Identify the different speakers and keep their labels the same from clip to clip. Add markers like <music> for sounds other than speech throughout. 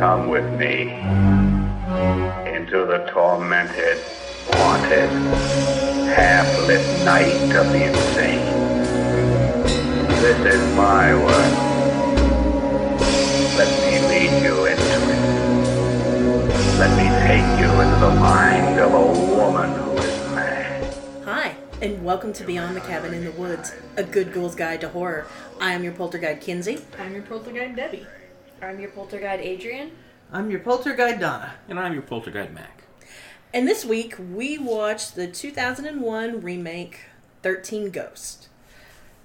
Speaker 1: come with me into the tormented, haunted, half-lit night of the insane. This is my world. Let me lead you into it. Let me take you into the mind of a woman who is mad.
Speaker 2: Hi, and welcome to Beyond the Cabin in the Woods, a good ghoul's guide to horror. I am your poltergeist, Kinsey.
Speaker 3: I'm your poltergeist Debbie.
Speaker 4: I'm your poltergeist, Adrian.
Speaker 5: I'm your poltergeist Donna.
Speaker 6: And I'm your poltergeist Mac.
Speaker 2: And this week we watched the 2001 remake 13 Ghost.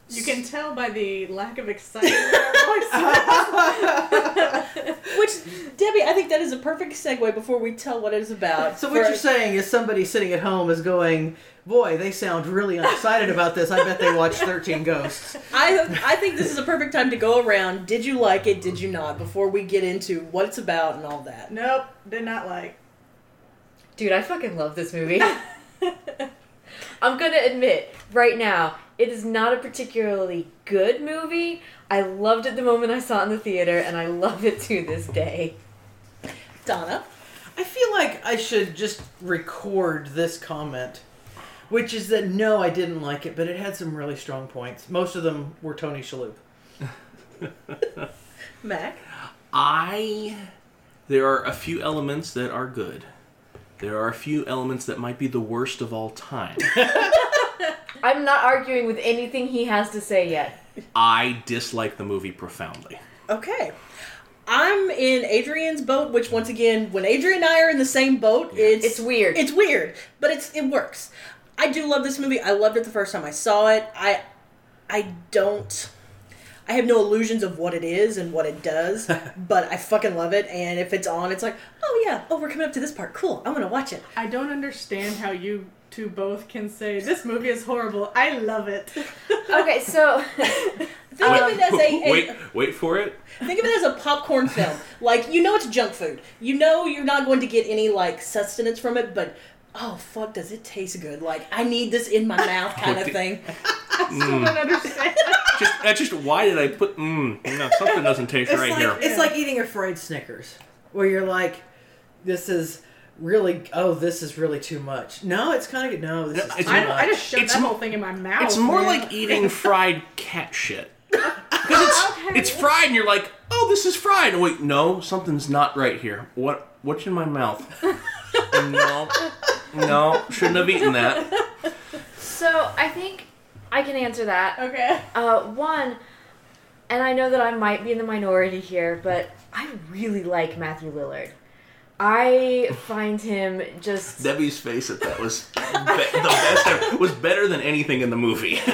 Speaker 3: You can tell by the lack of excitement in our voice.
Speaker 4: <laughs>
Speaker 2: Which, Debbie, I think that is a perfect segue before we tell what it is about.
Speaker 5: So what
Speaker 2: For-
Speaker 5: you're saying is somebody sitting at home is going, boy, they sound really excited about this. I bet they watched 13 Ghosts.
Speaker 2: I, I think this is a perfect time to go around. Did you like it? Did you not? Before we get into what it's about and all that.
Speaker 3: nope, did not like.
Speaker 4: Dude, I fucking love this movie. <laughs> I'm gonna admit right now, it is not a particularly good movie. I loved it the moment I saw it in the theater, and I love it to this day.
Speaker 2: Donna?
Speaker 5: I feel like I should just record this comment, which is that no, I didn't like it, but it had some really strong points. Most of them were Tony Shalhoub.
Speaker 2: Mac?
Speaker 6: I. There are a few elements that are good. There are a few elements that might be the worst of all <laughs> time.
Speaker 4: I'm not arguing with anything he has to say yet.
Speaker 6: I dislike the movie profoundly.
Speaker 2: Okay. I'm in Adrian's boat, which once again, when Adrian and I are in the same boat, it's
Speaker 4: It's weird.
Speaker 2: It's weird, but it's it works. I do love this movie. I loved it the first time I saw it. I I don't I have no illusions of what it is and what it does, but I fucking love it and if it's on it's like, "Oh yeah, oh we're coming up to this part. Cool. I'm going to watch it."
Speaker 3: I don't understand how you two both can say this movie is horrible. I love it. <laughs>
Speaker 4: Okay, so <laughs>
Speaker 2: Think of it as a, a-
Speaker 6: <laughs> wait, wait for it.
Speaker 2: Think of it as a popcorn film. Like you know it's junk food. You know you're not going to get any like sustenance from it, but oh fuck, does it taste good? Like I need this in my mouth kind of thing.
Speaker 3: I don't
Speaker 6: <laughs>
Speaker 3: understand.
Speaker 6: Just, that's just why did I put? Mm, no, something doesn't taste
Speaker 5: It's
Speaker 6: right
Speaker 5: like
Speaker 6: here.
Speaker 5: it's like eating a fried Snickers, where you're like, this is really oh this is really too much. No, it's kind of good. No, this
Speaker 6: No,
Speaker 5: is
Speaker 6: it's-
Speaker 5: too
Speaker 3: I, don't, I
Speaker 5: much.
Speaker 3: just shoved
Speaker 6: It's
Speaker 3: that
Speaker 6: mo-
Speaker 3: whole thing in my mouth.
Speaker 6: It's more
Speaker 3: man.
Speaker 6: like
Speaker 3: <laughs>
Speaker 6: eating fried cat shit. 'Cause it's it's fried, and you're like, oh, this is fried. Wait, no, something's not right here. What what's in my
Speaker 3: <laughs>
Speaker 6: mouth? no, no, shouldn't have eaten that.
Speaker 4: so I think I can answer that.
Speaker 3: Okay.
Speaker 4: Uh, one, and I know that I might be in the minority here, but I really like Matthew Lillard. I find him just.
Speaker 6: Debbie's face at that was be- the best. Ever, was better than anything in the movie. <laughs>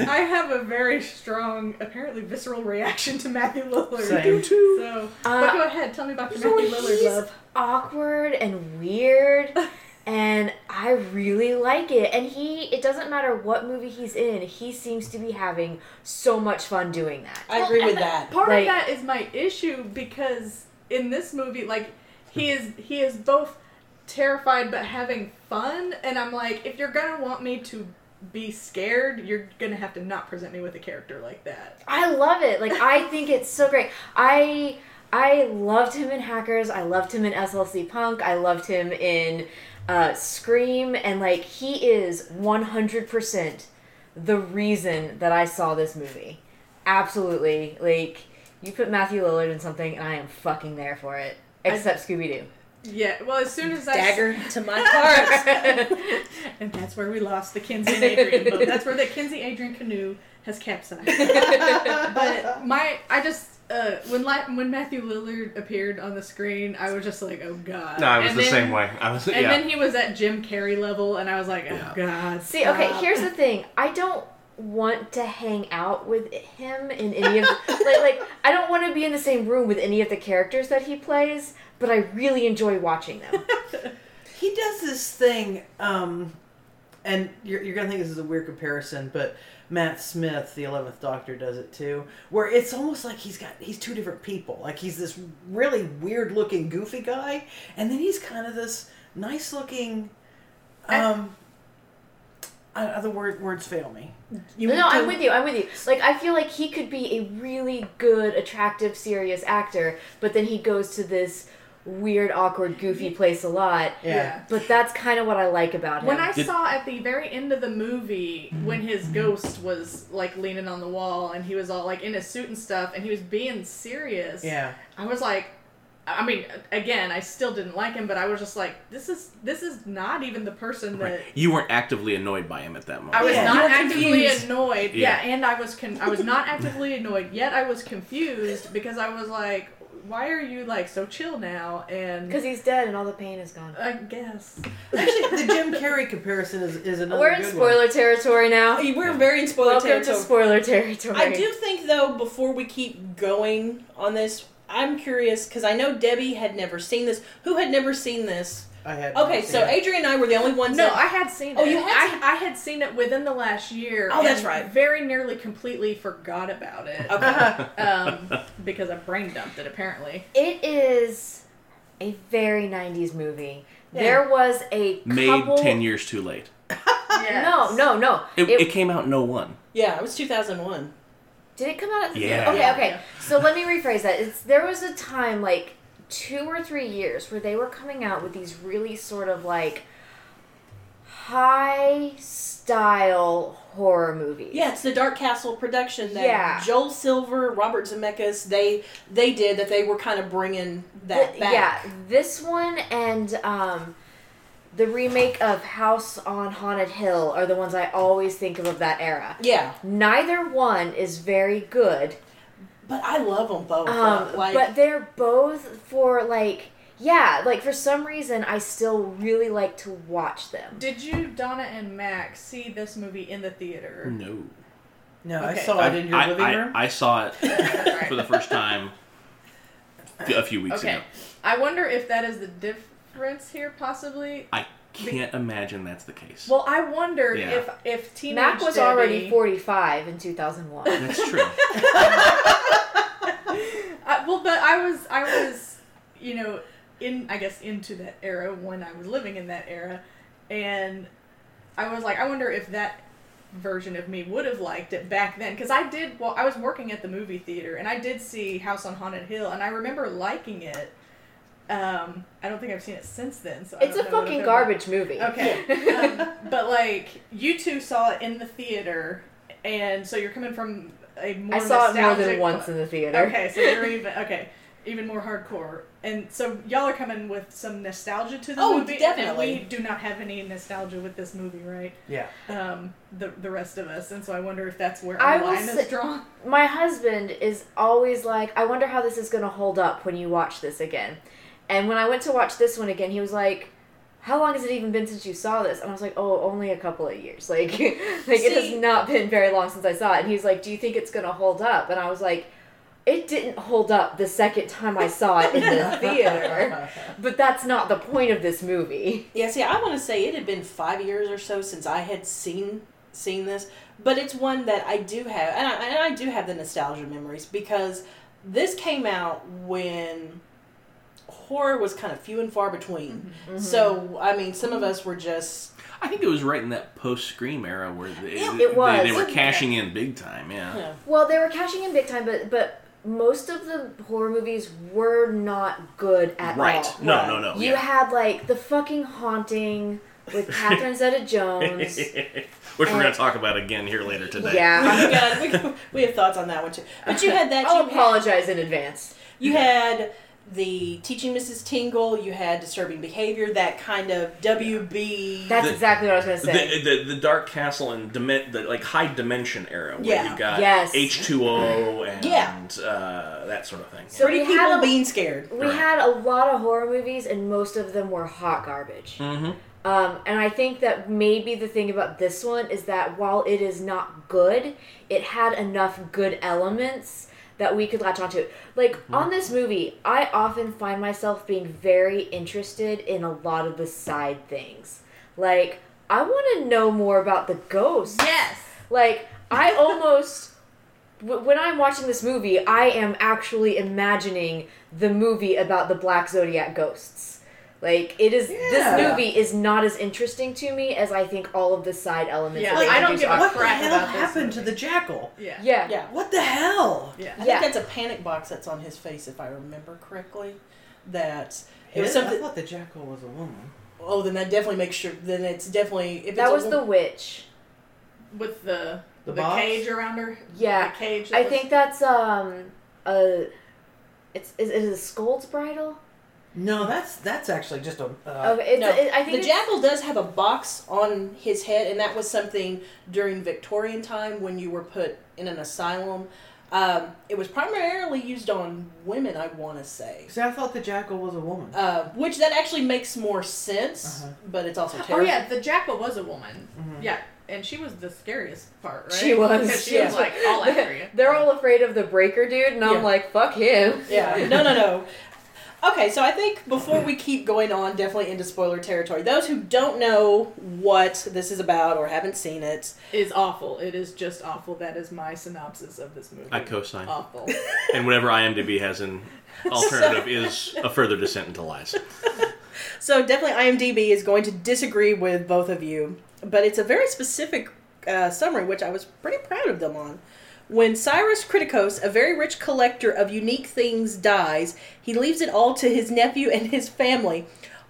Speaker 3: I have a very strong, apparently visceral reaction to Matthew Lillard.
Speaker 5: Same.
Speaker 3: So,
Speaker 4: Uh,
Speaker 3: but go ahead, tell me about your Matthew Lillard
Speaker 4: he's
Speaker 3: love.
Speaker 4: awkward and weird, and I really like it. And he, it doesn't matter what movie he's in, he seems to be having so much fun doing that.
Speaker 2: I agree with
Speaker 4: <laughs>
Speaker 2: that.
Speaker 3: Part
Speaker 4: Like-
Speaker 3: of that is my issue because in this movie, like he is he is both terrified but having fun, and I'm like, if you're gonna want me to be scared, you're gonna have to not present me with a character like that.
Speaker 4: I love it. Like I think it's so great. I I loved him in Hackers. I loved him in SLC Punk. I loved him in uh, Scream. And like he is one hundred percent the reason that I saw this movie. Absolutely. Like you put Matthew Lillard in something, and I am fucking there for it. Except Scooby Doo.
Speaker 3: Yeah. Well, as soon as I
Speaker 2: Dagger to my
Speaker 4: <laughs>
Speaker 2: heart.
Speaker 3: and that's where we lost the Kinsey and Adrian boat. That's where the Kinsey Adrian canoe has capsized. but my, I just. Uh, when La- when Matthew Lillard appeared on the screen, I was just like, "Oh God!"
Speaker 6: No, I was
Speaker 3: And
Speaker 6: the
Speaker 3: then-
Speaker 6: same way. I was
Speaker 3: And
Speaker 6: yeah.
Speaker 3: then he was at Jim Carrey level, and I was like, oh
Speaker 6: Yeah.
Speaker 3: god.
Speaker 4: See, okay,
Speaker 3: stop.
Speaker 4: here's the thing. I don't want to hang out with him in any of the, like like I don't want to be in the same room with any of the characters that he plays, but I really enjoy watching them.
Speaker 5: he does this thing um and you're, you're gonna think this is a weird comparison but matt smith the 11th doctor does it too where it's almost like he's got he's two different people like he's this really weird looking goofy guy and then he's kind of this nice looking um I, the word, words fail me.
Speaker 2: You
Speaker 4: No, I'm
Speaker 2: don't-
Speaker 4: with you. I'm with you. Like, I feel like he could be a really good, attractive, serious actor, but then he goes to this weird, awkward, goofy place a lot.
Speaker 5: Yeah.
Speaker 4: But that's kind of what I like about him.
Speaker 3: When I
Speaker 6: Did-
Speaker 3: saw at the very end of the movie when his ghost was like leaning on the wall and he was all like in a suit and stuff and he was being serious.
Speaker 5: Yeah.
Speaker 3: I was like I mean again, I still didn't like him, but I was just like this is this is not even the person that
Speaker 6: Right. You weren't actively annoyed by him at that moment.
Speaker 3: I was
Speaker 5: Yeah.
Speaker 2: You were
Speaker 3: not actively
Speaker 2: confused.
Speaker 3: annoyed.
Speaker 6: Yeah.
Speaker 3: Yeah. and I was con- I was not actively annoyed, yet I was confused because I was like, why are you like so chill now? And
Speaker 4: <laughs> Because he's dead and all the pain is gone.
Speaker 3: I guess
Speaker 5: Actually, the Jim Carrey comparison is, is another
Speaker 4: We're in
Speaker 5: good
Speaker 4: spoiler
Speaker 5: one.
Speaker 4: territory now.
Speaker 2: We're very in spoiler
Speaker 4: Welcome
Speaker 2: territory.
Speaker 4: to spoiler territory.
Speaker 2: I do think though, before we keep going on this, I'm curious because I know Debbie had never seen this. Who had never seen this?
Speaker 5: I had
Speaker 2: Okay, so Adrian and I were the only ones.
Speaker 3: No,
Speaker 2: that-
Speaker 3: I had seen it.
Speaker 2: Oh, you had
Speaker 3: I,
Speaker 2: seen-
Speaker 3: I had seen it within the last year.
Speaker 2: Oh, that's
Speaker 3: and
Speaker 2: right. Oh.
Speaker 3: Very nearly completely forgot about it.
Speaker 4: Uh-huh.
Speaker 2: Okay. <laughs>
Speaker 3: Um, because I brain dumped it apparently.
Speaker 4: It is a very 90s movie.
Speaker 3: Yeah.
Speaker 4: There was a
Speaker 6: Made
Speaker 4: couple...
Speaker 6: ten years too late.
Speaker 4: No, no, no.
Speaker 6: It,
Speaker 4: It-
Speaker 6: it came out in 01.
Speaker 2: yeah, it was 2001.
Speaker 4: Did it come out? At the
Speaker 6: Yeah.
Speaker 4: Okay, okay.
Speaker 3: Yeah.
Speaker 4: So let me rephrase that. It's there was a time like two or three years where they were coming out with these really sort of like high style horror movies.
Speaker 2: Yeah, it's the Dark Castle production that
Speaker 4: Yeah.
Speaker 2: Joel Silver, Robert Zemeckis, they they did that. They were kind of bringing that
Speaker 4: Th-
Speaker 2: back.
Speaker 4: Yeah, this one and um, the remake of House on Haunted Hill are the ones I always think of of that era.
Speaker 2: Yeah,
Speaker 4: Neither one is very good.
Speaker 2: but I love them both.
Speaker 4: Um,
Speaker 2: like,
Speaker 4: but they're both for like, yeah, like for some reason I still really like to watch them.
Speaker 3: Did you, Donna and Max, see this movie in the theater?
Speaker 6: No.
Speaker 5: <laughs> No, I
Speaker 3: Okay.
Speaker 5: saw it in your
Speaker 6: I,
Speaker 5: living
Speaker 6: I-
Speaker 5: room.
Speaker 6: I saw it
Speaker 3: Alright.
Speaker 6: for the first time a few weeks
Speaker 3: Okay.
Speaker 6: ago.
Speaker 3: I wonder if that is the difference here, possibly.
Speaker 6: I can't imagine that's the case.
Speaker 3: Well, I wondered
Speaker 6: Yeah.
Speaker 3: if if teenage
Speaker 4: Mac was
Speaker 3: Debbie-
Speaker 4: already 45 in
Speaker 3: <laughs>
Speaker 4: 2001.
Speaker 6: that's true.
Speaker 3: I, well, but I was I was you know in I guess into that era when I was living in that era, and I was like, I wonder if that version of me would have liked it back then because I did. Well, I was working at the movie theater and I did see House on Haunted Hill and I remember liking it. Um, I don't think I've seen it since then. So I
Speaker 4: It's a
Speaker 3: don't know what
Speaker 4: fucking
Speaker 3: it-
Speaker 4: garbage movie.
Speaker 3: Okay. um, but like you two saw it in the theater, and so you're coming from a more
Speaker 4: I saw it more
Speaker 3: nostalgic-
Speaker 4: than once in the theater.
Speaker 3: Okay, so
Speaker 4: <laughs>
Speaker 3: you're even okay, even more hardcore. And so y'all are coming with some nostalgia to the
Speaker 2: Oh,
Speaker 3: movie.
Speaker 2: definitely.
Speaker 3: And we do not have any nostalgia with this movie, right?
Speaker 5: yeah.
Speaker 3: Um, the the rest of us. And so I wonder if that's where
Speaker 4: I
Speaker 3: our
Speaker 4: will
Speaker 3: line
Speaker 4: say-
Speaker 3: is
Speaker 4: <laughs>
Speaker 3: drawn.
Speaker 4: My husband is always like, I wonder how this is going to hold up when you watch this again. And when I went to watch this one again, he was like, how long has it even been since you saw this? And I was like, oh, only a couple of years. <laughs> Like, like it
Speaker 2: See-
Speaker 4: has not been very long since I saw it. And he was like, do you think it's going to hold up? And I was like, it didn't hold up the second time I saw it in <laughs> the theater.
Speaker 5: Uh-huh.
Speaker 4: But that's not the point of this movie.
Speaker 2: Yeah, see, I want to say it had been five years or so since I had seen seen this, but it's one that I do have, and I, and I do have the nostalgia memories because this came out when horror was kind of few and far between.
Speaker 4: Mm-hmm,
Speaker 2: So, I mean, some of us were
Speaker 4: <laughs>
Speaker 2: just
Speaker 6: I think it was right in that post Scream era where they,
Speaker 4: It
Speaker 6: they-
Speaker 4: was.
Speaker 6: they were cashing in big time. Yeah.
Speaker 2: you know,
Speaker 4: Well, they were cashing in big time, but but most of the horror movies were not good at
Speaker 6: Right.
Speaker 4: all.
Speaker 6: No, no, no.
Speaker 4: You
Speaker 6: Oh, yeah.
Speaker 4: had like the fucking haunting
Speaker 6: <laughs>
Speaker 4: with Catherine Zeta-Jones.
Speaker 6: Which we're going to talk about again here later today.
Speaker 4: yeah.
Speaker 2: we, got, we, got- oh we have thoughts on that one too. But <laughs> you had that.
Speaker 4: I'll
Speaker 2: You had,
Speaker 4: apologize in advance.
Speaker 2: you had the teaching Mrs. Tingle. You had disturbing behavior. That kind of WB.
Speaker 4: That's
Speaker 6: The-
Speaker 4: exactly what I was gonna say.
Speaker 6: The, the the dark castle and dimen- the like high dimension era where
Speaker 2: Yeah.
Speaker 6: you got
Speaker 4: Yes.
Speaker 6: H two O and
Speaker 2: Yeah.
Speaker 6: uh, that sort of thing.
Speaker 4: So
Speaker 2: pretty
Speaker 4: we had
Speaker 2: people
Speaker 4: a-
Speaker 2: being scared.
Speaker 4: we had a lot of horror movies, and most of them were hot garbage.
Speaker 6: Mhm.
Speaker 4: Um, and I think that maybe the thing about this one is that while it is not good, it had enough good elements that we could latch onto. Like on this movie, I often find myself being very interested in a lot of the side things. Like I want to know more about the ghosts.
Speaker 3: Yes.
Speaker 4: Like I almost w- when I'm watching this movie, I am actually imagining the movie about the black zodiac ghosts. Like it is this
Speaker 5: Yeah.
Speaker 4: movie is not as interesting to me as I think all of the side elements.
Speaker 3: Yeah,
Speaker 4: of
Speaker 3: like,
Speaker 4: the
Speaker 3: I don't
Speaker 4: movies
Speaker 3: give a
Speaker 4: are.
Speaker 5: What the
Speaker 3: crap
Speaker 5: hell
Speaker 3: about this
Speaker 5: happened to
Speaker 3: movie.
Speaker 5: the jackal?
Speaker 3: Yeah.
Speaker 4: Yeah.
Speaker 2: Yeah.
Speaker 5: What the hell?
Speaker 2: I
Speaker 3: Yeah.
Speaker 4: Yeah.
Speaker 2: think that's a panic box that's on his face, if I remember correctly. That it was
Speaker 5: His- I
Speaker 2: something.
Speaker 5: thought the jackal was a woman.
Speaker 2: Oh, then that definitely makes sure. Then it's definitely if it's
Speaker 4: That
Speaker 2: a
Speaker 4: was
Speaker 2: wo-
Speaker 4: the witch.
Speaker 3: With the
Speaker 5: The
Speaker 3: the,
Speaker 5: box?
Speaker 3: cage around her.
Speaker 4: Yeah.
Speaker 3: The cage. that
Speaker 4: I
Speaker 3: was-
Speaker 4: think that's um a it's is, is it a scold's bridle?
Speaker 5: No, that's that's actually just a. Uh,
Speaker 4: Okay, it's,
Speaker 2: no,
Speaker 4: it- I think
Speaker 2: the
Speaker 4: it's-
Speaker 2: jackal does have a box on his head, and that was something during Victorian time when you were put in an asylum. Um, it was primarily used on women, I want to say,
Speaker 5: See, I thought the jackal was a woman.
Speaker 2: uh, which that actually makes more sense,
Speaker 5: Uh-huh.
Speaker 2: but it's also
Speaker 3: <laughs> Oh
Speaker 2: terrible.
Speaker 3: yeah, the jackal was a woman. Yeah, and she was the scariest part, right?
Speaker 4: She was,
Speaker 3: Because <laughs> she was
Speaker 2: yeah.
Speaker 3: like all after you.
Speaker 4: <laughs> They're all afraid of the breaker dude, and
Speaker 2: Yeah.
Speaker 4: I'm like, fuck him.
Speaker 2: Yeah, no, no, no. Okay, so I think before we keep going on, definitely into spoiler territory, those who don't know what this is about or haven't seen it,
Speaker 3: Is awful. It is just awful. That is my synopsis of this movie.
Speaker 6: I co-sign.
Speaker 4: Oh.
Speaker 3: Awful.
Speaker 6: And whatever IMDb has
Speaker 4: <laughs>
Speaker 6: an alternative is a further descent into lies.
Speaker 2: So definitely, IMDb is going to disagree with both of you, but it's a very specific uh, summary, which I was pretty proud of them on. When Cyrus Criticos, a very rich collector of unique things, dies, he leaves it all to his nephew and his family,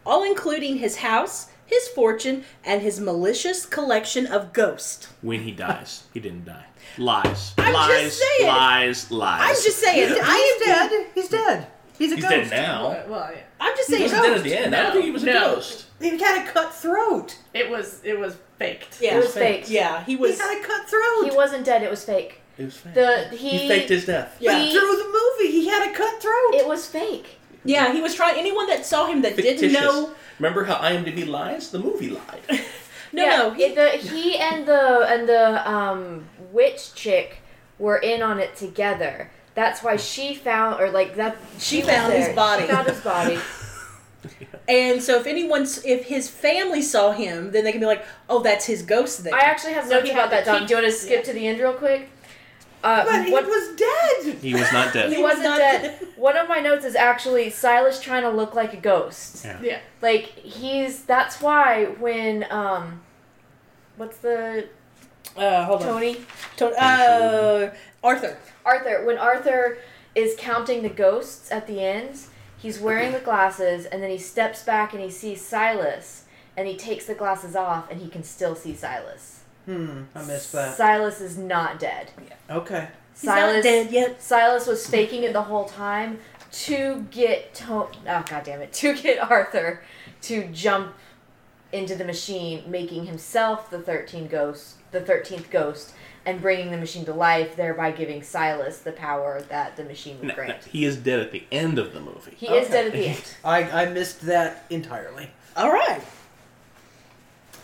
Speaker 2: all including his house, his fortune, and his malicious collection of ghosts. <laughs>
Speaker 6: When he dies, he didn't die. Lies.
Speaker 2: I'm just
Speaker 6: lies.
Speaker 2: saying.
Speaker 6: Lies. Lies.
Speaker 2: I'm just saying,
Speaker 5: He's
Speaker 2: IMDb.
Speaker 5: dead. He's dead. He's a
Speaker 6: He's
Speaker 5: ghost.
Speaker 6: dead now.
Speaker 3: But, well, yeah.
Speaker 2: I'm just
Speaker 6: He
Speaker 2: saying,
Speaker 6: wasn't dead at the end. I don't think he was a
Speaker 3: No.
Speaker 6: ghost.
Speaker 5: He had a cut throat.
Speaker 3: It was. It was faked.
Speaker 2: yeah,
Speaker 4: It was fake.
Speaker 2: yeah, he
Speaker 5: He
Speaker 2: was.
Speaker 5: had a cut throat.
Speaker 4: He wasn't dead. It was fake.
Speaker 6: It was fake.
Speaker 4: The he,
Speaker 6: he faked his death.
Speaker 2: Yeah.
Speaker 4: he-
Speaker 5: Through the movie, he had a cut throat.
Speaker 4: It was fake.
Speaker 2: Yeah, he was trying. Anyone that saw him that didn't
Speaker 6: Fictitious.
Speaker 2: know,
Speaker 6: Remember how IMDb lies? The movie
Speaker 2: <laughs>
Speaker 6: lied. <laughs>
Speaker 2: no,
Speaker 4: yeah,
Speaker 2: no,
Speaker 4: it- the, he and the and the um, witch chick were in on it together. That's why she found, or like that,
Speaker 2: She
Speaker 4: was
Speaker 2: found his
Speaker 4: there.
Speaker 2: body.
Speaker 4: She found his
Speaker 3: <laughs>
Speaker 4: body.
Speaker 2: And so if anyone's if his family saw him, then they can be like, "Oh, that's his ghost there."
Speaker 4: I actually have
Speaker 3: So
Speaker 4: notes
Speaker 3: he had
Speaker 4: about that.
Speaker 3: to
Speaker 4: Don,
Speaker 3: keep-
Speaker 4: do you want to skip to the end real quick? Uh,
Speaker 5: but he
Speaker 4: what-
Speaker 5: was dead.
Speaker 6: He was not
Speaker 4: he
Speaker 6: dead.
Speaker 4: wasn't
Speaker 2: not
Speaker 4: dead. One of my notes is actually Silas trying to look like a ghost.
Speaker 6: Yeah.
Speaker 3: Yeah.
Speaker 4: Like he's that's why when um, what's the
Speaker 2: uh, hold on,
Speaker 4: Tony
Speaker 2: Tony, uh, Arthur.
Speaker 4: Arthur, when Arthur is counting the ghosts at the end, he's wearing the glasses and then he steps back and he sees Silas and he takes the glasses off and he can still see Silas.
Speaker 5: <laughs> Hmm, I missed that.
Speaker 4: Silas is not dead.
Speaker 5: Okay.
Speaker 2: He's not dead yet.
Speaker 4: Silas was faking it the whole time to get to- oh god damn it <laughs> to get Arthur to jump into the machine, making himself the thirteen ghost, the thirteenth ghost, and bringing the machine to life, thereby giving Silas the power that the machine
Speaker 6: No,
Speaker 4: would
Speaker 6: no,
Speaker 4: grant.
Speaker 6: he is dead at the end of the movie. <laughs>
Speaker 4: He is dead at the end.
Speaker 5: I, I missed that entirely.
Speaker 2: All right.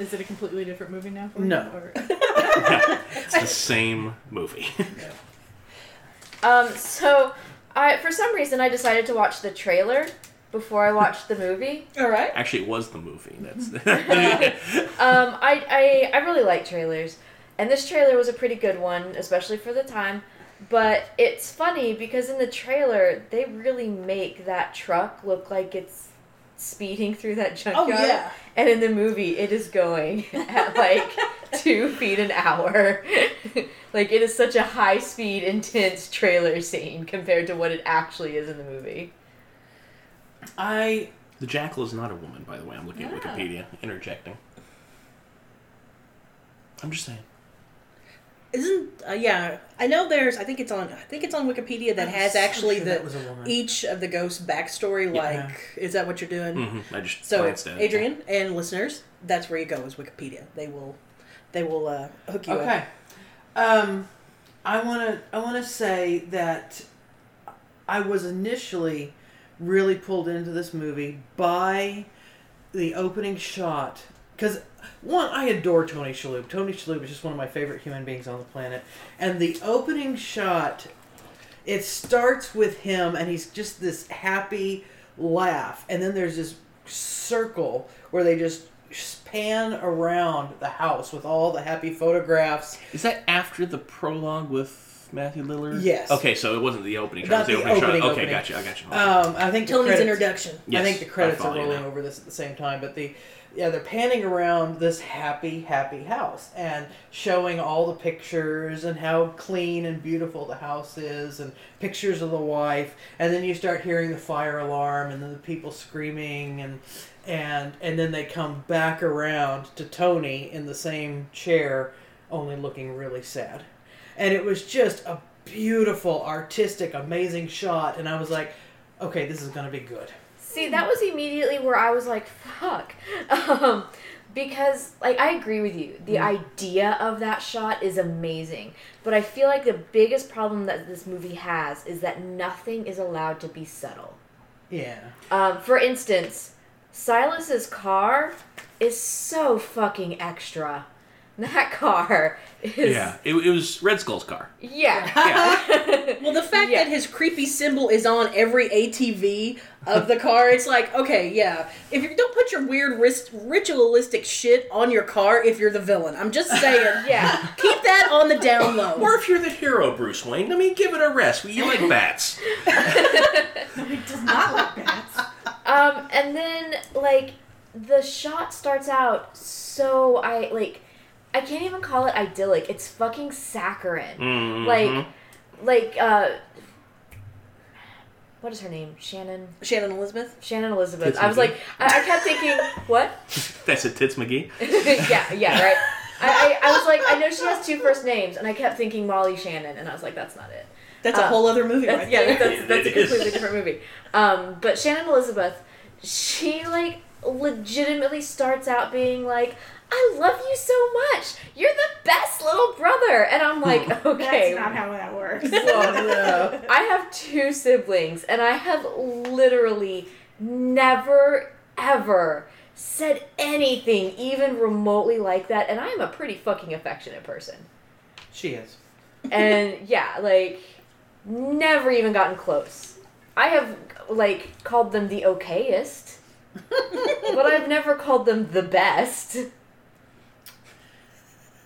Speaker 3: Is it a completely different movie now? for
Speaker 5: No.
Speaker 3: you, or-
Speaker 2: <laughs>
Speaker 6: It's the same movie. <laughs>
Speaker 4: Um, so I, for some reason, I decided to watch the trailer before I watched the movie.
Speaker 2: All right.
Speaker 6: Actually, it was the movie.
Speaker 2: <laughs>
Speaker 6: That's <laughs>
Speaker 4: <laughs> Um, I, I I really like trailers, and this trailer was a pretty good one, especially for the time. But it's funny because in the trailer they really make that truck look like it's speeding through that junkyard.
Speaker 2: Oh, yeah.
Speaker 4: And in the movie, it is going <laughs> at like two feet an hour. <laughs> like it is such a high speed, intense trailer scene compared to what it actually is in the movie.
Speaker 5: I
Speaker 6: the jackal is not a woman, by the way. I'm looking at
Speaker 3: Yeah.
Speaker 6: Wikipedia, interjecting. I'm just saying.
Speaker 2: Isn't uh, yeah? I know there's. I think it's on. I think it's on Wikipedia that
Speaker 5: I'm
Speaker 2: has
Speaker 5: so
Speaker 2: actually
Speaker 5: sure
Speaker 2: the E
Speaker 5: that was a woman.
Speaker 2: each of the ghosts' backstory.
Speaker 5: Yeah.
Speaker 2: Like, is that what you're doing?
Speaker 6: hmm I just
Speaker 2: Mm-hmm. So,
Speaker 6: glanced at it.
Speaker 2: Adrian and listeners, that's where you go is Wikipedia. They will, they will uh, hook you up.
Speaker 5: okay. Um, I wanna I wanna say that I was initially really pulled into this movie by the opening shot because one I adore Tony Shalhoub. Tony Shalhoub is just one of my favorite human beings on the planet, and the opening shot it starts with him and he's just this happy laugh and then there's this circle where they just span around the house with all the happy photographs
Speaker 6: Is that after the prologue with Matthew Lillard?
Speaker 5: Yes.
Speaker 6: Okay, so it wasn't the opening shot.
Speaker 5: Not
Speaker 6: It was the
Speaker 5: the opening,
Speaker 6: opening, shot.
Speaker 5: opening.
Speaker 6: Okay, gotcha. I gotcha. Okay.
Speaker 5: Um, I think the
Speaker 2: Tony's
Speaker 5: credits-
Speaker 2: introduction.
Speaker 5: I
Speaker 6: Yes,
Speaker 5: think the credits
Speaker 6: I
Speaker 5: are
Speaker 6: follow you
Speaker 5: rolling
Speaker 6: now.
Speaker 5: over this at the same time, but the yeah, they're panning around this happy, happy house and showing all the pictures and how clean and beautiful the house is and pictures of the wife and then you start hearing the fire alarm and then the people screaming and and and then they come back around to Tony in the same chair, only looking really sad. And it was just a beautiful, artistic, amazing shot, and I was like, okay, this is gonna be good.
Speaker 4: See, that was immediately where I was like, fuck. Um, because, like, I agree with you. The idea of that shot is amazing. But I feel like the biggest problem that this movie has is that nothing is allowed to be subtle.
Speaker 5: Yeah.
Speaker 4: Um, for instance, Silas's car is so fucking extra. <laughs> That car is.
Speaker 6: yeah, it, it was Red Skull's car.
Speaker 4: Yeah. <laughs>
Speaker 6: Yeah,
Speaker 2: Well, the fact
Speaker 4: Yeah.
Speaker 2: that his creepy symbol is on every ATV of the car, it's like, okay, yeah. If you don't put your weird ris- ritualistic shit on your car, if you're the villain, I'm just <laughs> saying,
Speaker 4: yeah.
Speaker 2: keep that on the down <laughs> low.
Speaker 6: or if you're the hero, Bruce Wayne. I mean, give it a rest. You like bats.
Speaker 3: He does <laughs> not like bats.
Speaker 4: Um, and then like the shot starts out so I like I can't even call it idyllic. It's fucking saccharine.
Speaker 6: Mm-hmm.
Speaker 4: Like like uh what is her name? Shannon
Speaker 2: Shannon Elizabeth?
Speaker 4: Shannon Elizabeth.
Speaker 6: Tits
Speaker 4: I was
Speaker 6: McGee.
Speaker 4: like I, I kept thinking, what? <laughs>
Speaker 6: that's it, Tits McGee.
Speaker 4: yeah, yeah, right. I, I, I was like, I know she has two first names, and I kept thinking Molly Shannon, and I was like, that's not it.
Speaker 2: That's a
Speaker 4: Uh,
Speaker 2: whole other
Speaker 6: <laughs>
Speaker 2: movie,
Speaker 4: That's,
Speaker 2: right?
Speaker 4: yeah,
Speaker 2: there.
Speaker 4: that's, that's a
Speaker 6: It is.
Speaker 4: completely different movie. Um, but Shannon Elizabeth, she like legitimately starts out being like, "I love you so much. You're the best little brother," and
Speaker 6: Hmm.
Speaker 4: I'm like, "Okay,
Speaker 3: That's not how that works.
Speaker 5: no.
Speaker 4: <laughs> I have two siblings, and I have literally never ever." Said anything even remotely like that, and I am a pretty fucking affectionate person.
Speaker 5: <laughs> She is.
Speaker 4: and yeah, like never even gotten close. I have like called them the <laughs> okayest, but I've never called them the best.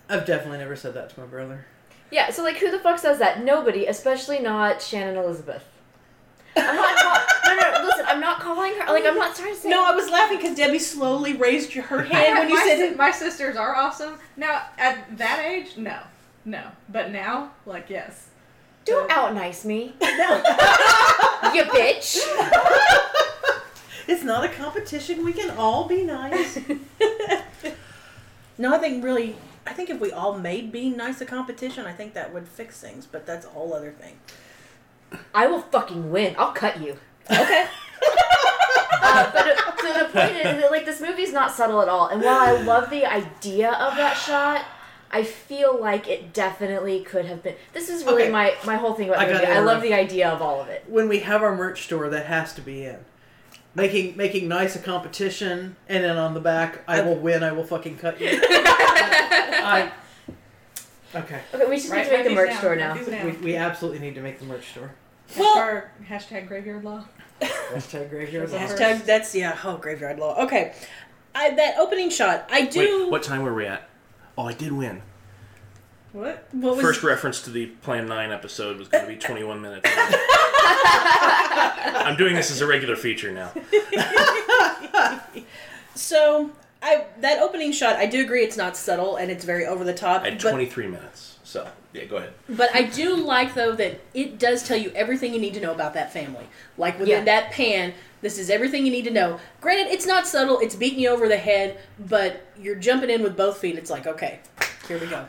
Speaker 5: I've definitely never said that to my brother.
Speaker 4: Yeah, so like who the fuck says that? Nobody, especially not Shannon Elizabeth. I'm not call- no, no, no, listen, I'm not calling her like I'm not trying to say
Speaker 2: No, I was laughing because Debbie slowly raised her hand when you
Speaker 3: my,
Speaker 2: said
Speaker 3: si- my sisters are awesome. Now at that age, no, no. But now, like yes.
Speaker 4: don't out nice me. <laughs> you bitch.
Speaker 5: It's not a competition. We can all be nice.
Speaker 2: <laughs> No, I think really, I think if we all made being nice a competition, I think that would fix things, but that's a whole other thing.
Speaker 4: I will fucking win. I'll cut you. Okay. <laughs> uh, but uh, so the point is, that, like, this movie's not subtle at all. And while I love the idea of that shot, I feel like it definitely could have been. This is really
Speaker 5: Okay.
Speaker 4: my my whole thing about
Speaker 5: I
Speaker 4: the movie.
Speaker 5: gotta
Speaker 4: I love
Speaker 5: interrupt.
Speaker 4: the idea of all of it.
Speaker 5: when we have our merch store, that has to be in. Making making nice a competition, and then on the back, I will win. I will fucking cut
Speaker 2: <laughs>
Speaker 5: you. I. Okay.
Speaker 4: Okay, we just need to make
Speaker 3: write
Speaker 4: the
Speaker 3: these
Speaker 4: merch
Speaker 3: down,
Speaker 4: store
Speaker 3: write
Speaker 4: now.
Speaker 3: these down.
Speaker 5: We, we absolutely need to make the merch store.
Speaker 2: Well-
Speaker 3: Hashtag- hashtag graveyard law.
Speaker 5: Hashtag graveyard.
Speaker 3: Yeah.
Speaker 5: law.
Speaker 2: Hashtag, that's, yeah, oh, graveyard law. Okay. I, that opening shot, I do.
Speaker 6: Wait, what time were we at? Oh, I did win.
Speaker 3: What?
Speaker 2: what was
Speaker 6: First reference to the Plan 9 episode was going to be 21 minutes. I'm doing this as a regular feature now.
Speaker 2: So I that opening shot, I do agree it's not subtle and it's very over the top.
Speaker 6: At
Speaker 2: but,
Speaker 6: 23 minutes. So, yeah, go ahead.
Speaker 2: but I do like though that it does tell you everything you need to know about that family. Like within
Speaker 4: Yeah.
Speaker 2: that pan, this is everything you need to know. Granted, it's not subtle, it's beating you over the head, but you're jumping in with both feet. It's like, okay, here we go.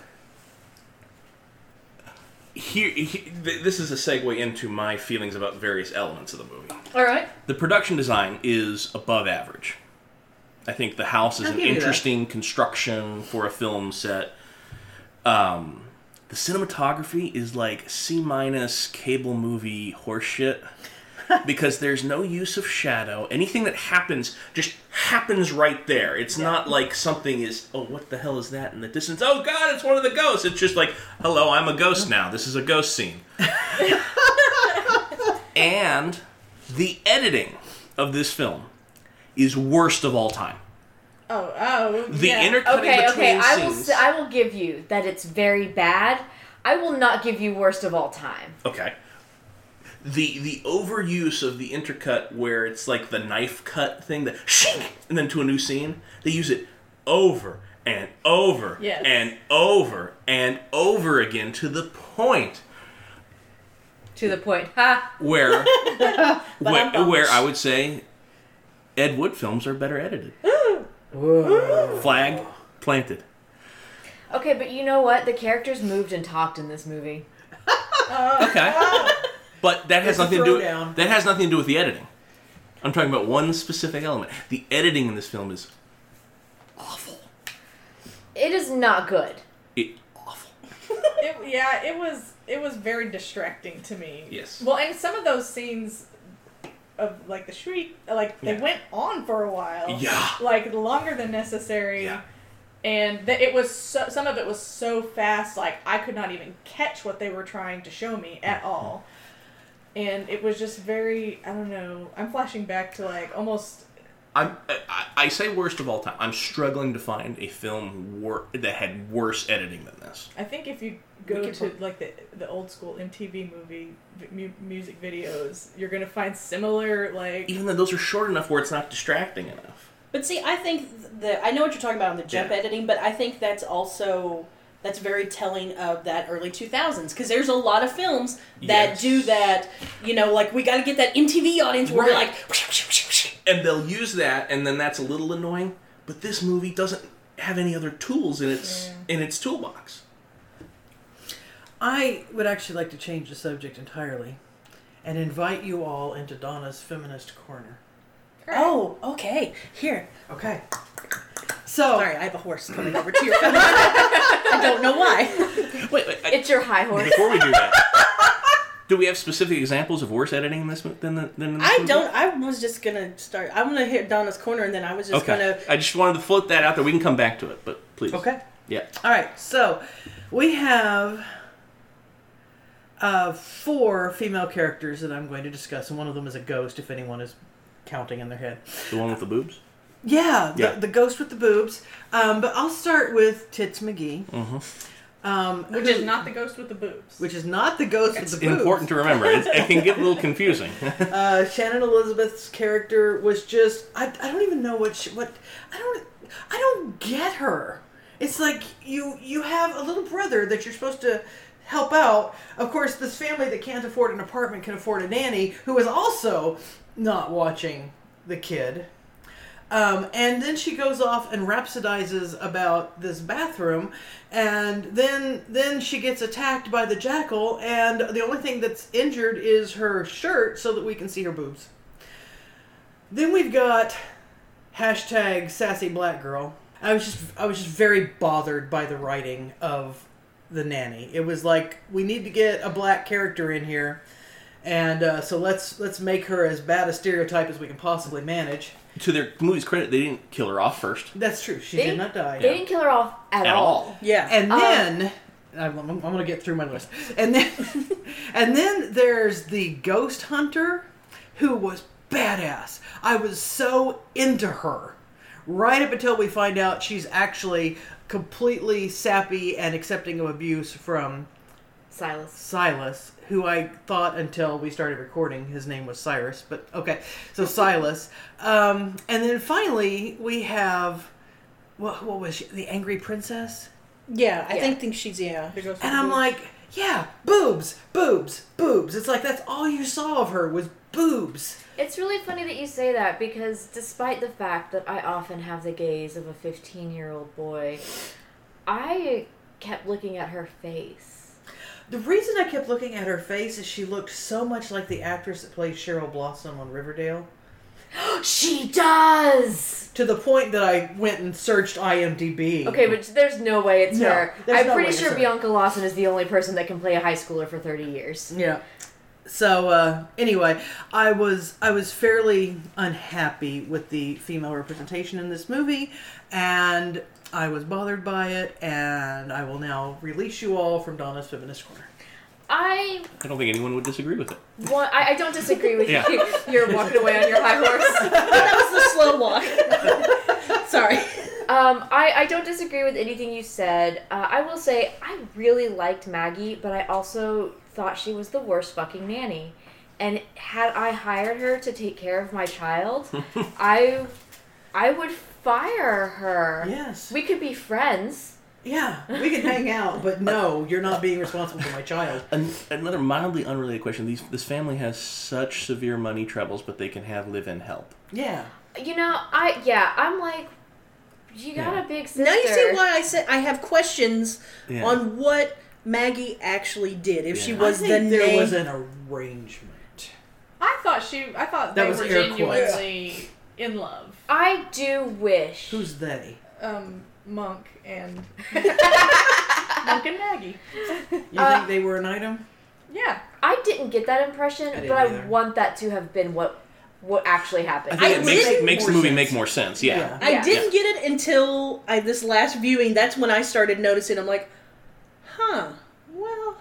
Speaker 6: Here, he- th- this is a segue into my feelings about various elements of the movie.
Speaker 2: All right.
Speaker 6: The production design is above average. I think the house is
Speaker 5: I'll
Speaker 6: an
Speaker 5: give you that.
Speaker 6: interesting construction for a film set. Um, the cinematography is like C minus cable movie
Speaker 5: <laughs>
Speaker 6: horseshit because there's no use of shadow. Anything that happens just happens right there. It's not like something is oh what the hell is that in the distance? Oh god, it's one of the ghosts. It's just like hello, I'm a ghost now. This is a
Speaker 5: <laughs>
Speaker 6: ghost scene. and the editing of this film is worst of all time.
Speaker 3: Oh, oh.
Speaker 6: The
Speaker 3: yeah. Oh,
Speaker 6: intercutting
Speaker 4: Okay,
Speaker 6: between
Speaker 4: okay, I will
Speaker 6: scenes.
Speaker 4: s- I will give you that it's very bad. I will not give you worst of all time.
Speaker 6: Okay. The the overuse of the intercut where it's like the knife cut thing, the shink, and then to a new scene, they use it over and over
Speaker 3: Yes.
Speaker 6: and over and over again to the point
Speaker 4: To the point. Ha. <laughs>
Speaker 6: where where, where I would say Ed Wood films are better
Speaker 4: <gasps>
Speaker 6: edited.
Speaker 5: Whoa.
Speaker 6: Flag planted.
Speaker 4: Okay, but you know what? The characters moved and talked in this movie.
Speaker 3: oh,
Speaker 6: Okay. But that has
Speaker 5: It's a
Speaker 6: nothing to do
Speaker 5: throwdown.
Speaker 6: that has nothing to do with the editing. I'm talking about one specific element. The editing in this film is
Speaker 4: It is not good.
Speaker 6: it awful.
Speaker 3: It, yeah, it was it was very distracting to me.
Speaker 6: Yes.
Speaker 3: Well, and some of those scenes of like the shriek, like they
Speaker 6: Yeah.
Speaker 3: went on for a while.
Speaker 6: Yeah.
Speaker 3: Like longer than necessary.
Speaker 6: Yeah.
Speaker 3: And that it was so, some of it was so fast, like I could not even catch what they were trying to show me
Speaker 6: Mm-hmm.
Speaker 3: at all. And it was just very I don't know. I'm flashing back to like almost
Speaker 6: I'm, I, I say worst of all time. I'm struggling to find a film wor- that had worse editing than this.
Speaker 3: I think if you
Speaker 5: We
Speaker 3: go
Speaker 5: could
Speaker 3: to
Speaker 5: put-
Speaker 3: like the the old school MTV movie vi- mu- music videos, you're gonna find similar like
Speaker 6: Even though those are short enough where it's not distracting enough.
Speaker 2: But see, I think the I know what you're talking about on the jump
Speaker 6: Yeah.
Speaker 2: editing, but I think that's also that's very telling of that early 2000s because there's a lot of films that
Speaker 6: Yes.
Speaker 2: do that. You know, like we got to get that MTV audience where we're
Speaker 6: Right.
Speaker 2: like,
Speaker 6: And they'll use that, and then that's a little annoying. But this movie doesn't have any other tools in its in its toolbox.
Speaker 5: I would actually like to change the subject entirely and invite you all into Donna's feminist corner.
Speaker 2: oh, okay, here.
Speaker 5: Okay. So
Speaker 2: Sorry, I have a horse coming over to your. <laughs> I don't know
Speaker 6: <laughs>
Speaker 2: why.
Speaker 6: Wait, wait I-
Speaker 4: It's your high horse.
Speaker 6: before we do that, do we have specific examples of worse editing in this mo- than the, than in this
Speaker 2: I
Speaker 6: movie?
Speaker 2: don't. I was just gonna start. I'm gonna hit Donna's corner, and then I was just
Speaker 6: Okay,
Speaker 2: gonna.
Speaker 6: I just wanted to float that out there. We can come back to it, but please.
Speaker 5: okay.
Speaker 6: Yeah.
Speaker 5: All right. So we have uh, four female characters that I'm going to discuss, and one of them is a ghost. If anyone is counting in their head.
Speaker 6: The one with the boobs.
Speaker 5: Yeah,
Speaker 6: Yeah.
Speaker 5: The, the ghost with the boobs. Um, but I'll start with Tits McGee,
Speaker 6: Mm.
Speaker 5: um,
Speaker 3: which is not the ghost with the boobs.
Speaker 5: which is not the ghost
Speaker 6: It's
Speaker 5: with the boobs.
Speaker 6: important to remember. It's, it can get a
Speaker 2: <laughs>
Speaker 6: little confusing. <laughs>
Speaker 5: uh, Shannon Elizabeth's character was just I, I don't even know what she, what I don't I don't get her. It's like you you have a little brother that you're supposed to help out. Of course, this family that can't afford an apartment can afford a nanny who is also not watching the kid. Um, and then she goes off and rhapsodizes about this bathroom, and then then she gets attacked by the jackal, and the only thing that's injured is her shirt, so that we can see her boobs. Then we've got hashtag sassy black girl. I was just I was just very bothered by the writing of the nanny. It was like we need to get a black character in here, and uh, so let's let's make her as bad a stereotype as we can possibly manage.
Speaker 6: to their movie's credit, they didn't kill her off first.
Speaker 5: That's true. She
Speaker 4: They
Speaker 5: did
Speaker 4: didn't-
Speaker 5: not die.
Speaker 4: They um, didn't kill her off at,
Speaker 6: At all.
Speaker 2: Yeah.
Speaker 5: And then I'm, I'm, I'm gonna get through my list. And then <laughs> and then there's the ghost hunter, who was badass. I was so into her, right up until we find out she's actually completely sappy and accepting of abuse from
Speaker 4: Silas.
Speaker 5: Silas, who I thought until we started recording his name was Cyrus, but okay, so Silas. Um, and then finally we have what, what was she? The angry princess.
Speaker 2: Yeah. I
Speaker 4: Yeah.
Speaker 2: think think she's yeah.
Speaker 3: The ghost with
Speaker 5: And
Speaker 3: the
Speaker 5: I'm
Speaker 3: boobs.
Speaker 5: like, yeah, boobs, boobs, boobs. It's like that's all you saw of her was boobs.
Speaker 4: It's really funny that you say that because despite the fact that I often have the gaze of a 15 year old boy, I kept looking at her face.
Speaker 5: The reason I kept looking at her face is she looked so much like the actress that plays Cheryl Blossom on Riverdale.
Speaker 4: She does!
Speaker 5: To the point that I went and searched IMDb.
Speaker 4: Okay, but there's no way it's
Speaker 5: No,
Speaker 4: her.
Speaker 5: there's
Speaker 4: I'm
Speaker 5: no way
Speaker 4: pretty
Speaker 5: it's
Speaker 4: sure
Speaker 5: her.
Speaker 4: Bianca Lawson is the only person that can play a high schooler for 30 years.
Speaker 5: Yeah. So uh, anyway, I was I was fairly unhappy with the female representation in this movie, and I was bothered by it. And I will now release you all from Donna's feminist corner.
Speaker 4: I
Speaker 6: I don't think anyone would disagree with it.
Speaker 2: <laughs>
Speaker 4: want, I, I don't disagree with
Speaker 6: Yeah.
Speaker 4: you. You're walking away on your high horse.
Speaker 2: that was the slow walk. Sorry.
Speaker 4: Um, I, I don't disagree with anything you said. Uh, I will say I really liked Maggie, but I also thought she was the worst fucking nanny. And had I hired her to take care of my child, I I would fire her.
Speaker 5: Yes.
Speaker 4: We could be friends.
Speaker 5: yeah, we can hang out, but no, you're not being responsible for my child.
Speaker 6: An- another mildly unrelated question. These, this family has such severe money troubles, but they can have live-in help.
Speaker 5: Yeah.
Speaker 4: You know, I yeah, I'm like you got
Speaker 6: Yeah.
Speaker 4: a big sister.
Speaker 2: Now you see why I said I have questions
Speaker 6: Yeah.
Speaker 2: on what Maggie actually did. If she
Speaker 6: Yeah.
Speaker 2: was
Speaker 5: I
Speaker 2: the
Speaker 5: think there
Speaker 2: name,
Speaker 5: was an arrangement.
Speaker 3: I thought she. I thought
Speaker 5: That
Speaker 3: they
Speaker 5: was
Speaker 3: were
Speaker 5: air quotes.
Speaker 3: genuinely in love.
Speaker 4: I do wish.
Speaker 5: Who's they?
Speaker 3: Um, Monk
Speaker 5: <laughs>
Speaker 3: and Monk and Maggie.
Speaker 5: You
Speaker 4: Uh,
Speaker 5: think they were an item?
Speaker 3: Yeah,
Speaker 4: I didn't get that impression,
Speaker 5: didn't
Speaker 4: but I
Speaker 5: either.
Speaker 4: want that to have been what what actually happened.
Speaker 6: I think
Speaker 2: I
Speaker 6: it makes,
Speaker 2: did-
Speaker 6: makes the
Speaker 5: More
Speaker 6: movie
Speaker 5: sense.
Speaker 6: make more sense. Yeah.
Speaker 2: <laughs>
Speaker 5: Yeah.
Speaker 2: I
Speaker 4: Yeah.
Speaker 2: didn't get it until I, this last viewing. That's when I started noticing. I'm like, huh, well,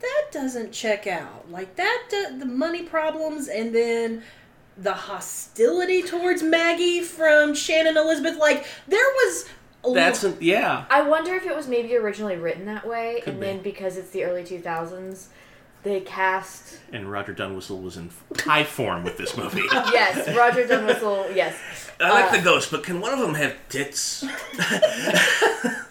Speaker 2: that doesn't check out. Like that, do- the money problems, and then the hostility towards Maggie from Shannon Elizabeth. Like there was. A
Speaker 6: That's a, yeah.
Speaker 4: I wonder if it was maybe originally written that way,
Speaker 6: Could
Speaker 4: and
Speaker 6: be.
Speaker 4: then because it's the early 2000s, they cast.
Speaker 6: And Roger Dunwhistle was in high form with this movie. I
Speaker 4: Yes, Roger Dunwhistle, yes.
Speaker 6: like the ghost, but can one of them have tits?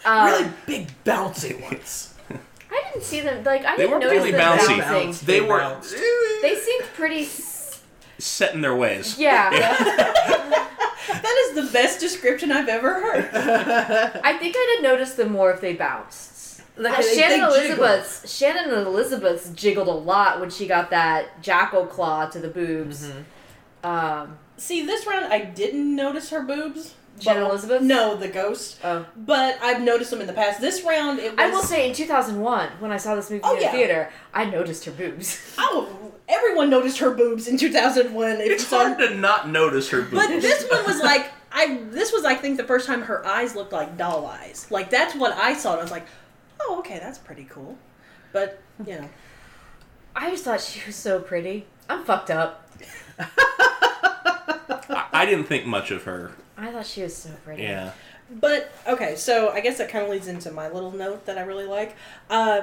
Speaker 5: really big bouncy ones.
Speaker 4: Um,
Speaker 5: <laughs>
Speaker 4: I didn't see them, like, I
Speaker 6: They
Speaker 4: didn't
Speaker 6: were
Speaker 4: notice
Speaker 6: really
Speaker 4: them
Speaker 6: bouncy.
Speaker 4: bouncing.
Speaker 5: Bounce.
Speaker 6: They
Speaker 5: They
Speaker 6: were
Speaker 5: bounced.
Speaker 4: They seemed pretty. s-
Speaker 6: set in their ways.
Speaker 4: Yeah.
Speaker 2: that is the best description I've ever heard.
Speaker 4: I think I'd have noticed them more if they bounced. Uh,
Speaker 5: they-
Speaker 4: Shannon
Speaker 5: they jiggle.
Speaker 4: Elizabeth's Shannon Elizabeth's jiggled a lot when she got that jackal claw to the boobs. Um,
Speaker 2: See, this round I didn't notice her boobs.
Speaker 4: Shannon
Speaker 2: But-
Speaker 4: Elizabeth?
Speaker 2: No, the ghost.
Speaker 4: oh.
Speaker 2: But I've noticed them in the past. This round, it was.
Speaker 4: I will say, in 2001, when I saw this movie
Speaker 2: Oh,
Speaker 4: in the
Speaker 2: yeah.
Speaker 4: theater, I noticed her boobs.
Speaker 2: Oh, everyone noticed her boobs in 2001. If
Speaker 6: It's
Speaker 2: you saw-
Speaker 6: hard to not notice her boobs.
Speaker 2: But this one was like I. This was I think the first time her eyes looked like doll eyes. Like that's what I saw. And I was like, oh, okay, that's pretty cool. But you know,
Speaker 4: I just thought she was so pretty. I'm fucked up.
Speaker 6: I, I didn't think much of her.
Speaker 4: I thought she was so pretty.
Speaker 6: Yeah.
Speaker 2: but okay. So I guess that kind of leads into my little note that I really like. Uh,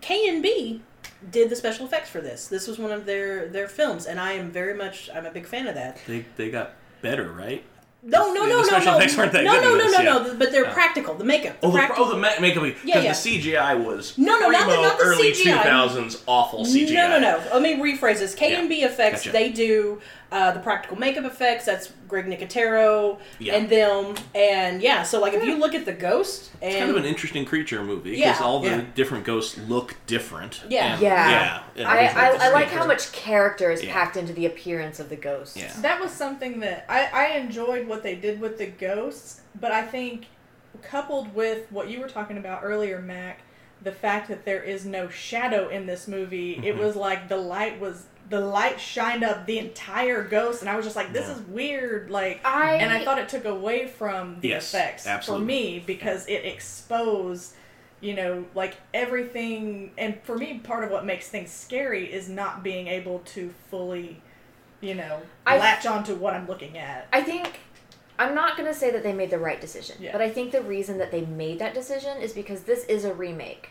Speaker 2: K and B did the special effects for this. This was one of their their films, and I am very much I'm a big fan of that.
Speaker 6: They they got better, right?
Speaker 2: No, no,
Speaker 6: The
Speaker 2: no, no,
Speaker 6: special
Speaker 2: no,
Speaker 6: effects weren't that
Speaker 2: no,
Speaker 6: good in
Speaker 2: no, no,
Speaker 6: this,
Speaker 2: no, no.
Speaker 6: yeah.
Speaker 2: But they're practical. The makeup.
Speaker 6: Oh, the,
Speaker 2: practical.
Speaker 6: oh, the ma- makeup because
Speaker 2: Yeah, yeah.
Speaker 6: the CGI was
Speaker 2: No, no, not the-
Speaker 6: primo
Speaker 2: not the
Speaker 6: early
Speaker 2: CGI.
Speaker 6: 2000s awful CGI.
Speaker 2: No, no, no. Let me rephrase this. K and B
Speaker 6: Yeah.
Speaker 2: effects.
Speaker 6: Gotcha.
Speaker 2: They do uh, the practical makeup effects. That's Greg Nicotero
Speaker 6: Yeah.
Speaker 2: and them. And yeah, so like if you look at the ghost and
Speaker 6: It's kind of an interesting creature movie
Speaker 2: Yeah,
Speaker 6: because all the
Speaker 5: yeah.
Speaker 6: different ghosts look different.
Speaker 2: Yeah.
Speaker 6: and-
Speaker 4: Yeah.
Speaker 6: yeah. yeah,
Speaker 4: I,
Speaker 6: there's no
Speaker 4: I, I like
Speaker 6: distinction.
Speaker 4: how much character is
Speaker 6: Yeah.
Speaker 4: packed into the appearance of the ghosts.
Speaker 6: Yeah.
Speaker 3: that was something that I, I enjoyed what they did with the ghosts, but I think coupled with what you were talking about earlier, Mac, the fact that there is no shadow in this movie,
Speaker 6: Mm-hmm.
Speaker 3: it was like the light was the light shined up the entire ghost, and I was just like, this
Speaker 6: Yeah.
Speaker 3: is weird, like.
Speaker 4: I
Speaker 3: and I thought it took away from the
Speaker 6: Yes,
Speaker 3: effects
Speaker 6: absolutely.
Speaker 3: for me because it exposed, you know, like everything. And for me, part of what makes things scary is not being able to fully, you know,
Speaker 4: I-
Speaker 3: latch onto what I'm looking at.
Speaker 4: I think I'm not gonna say that they made the right decision,
Speaker 3: Yeah.
Speaker 4: but I think the reason that they made that decision is because this is a remake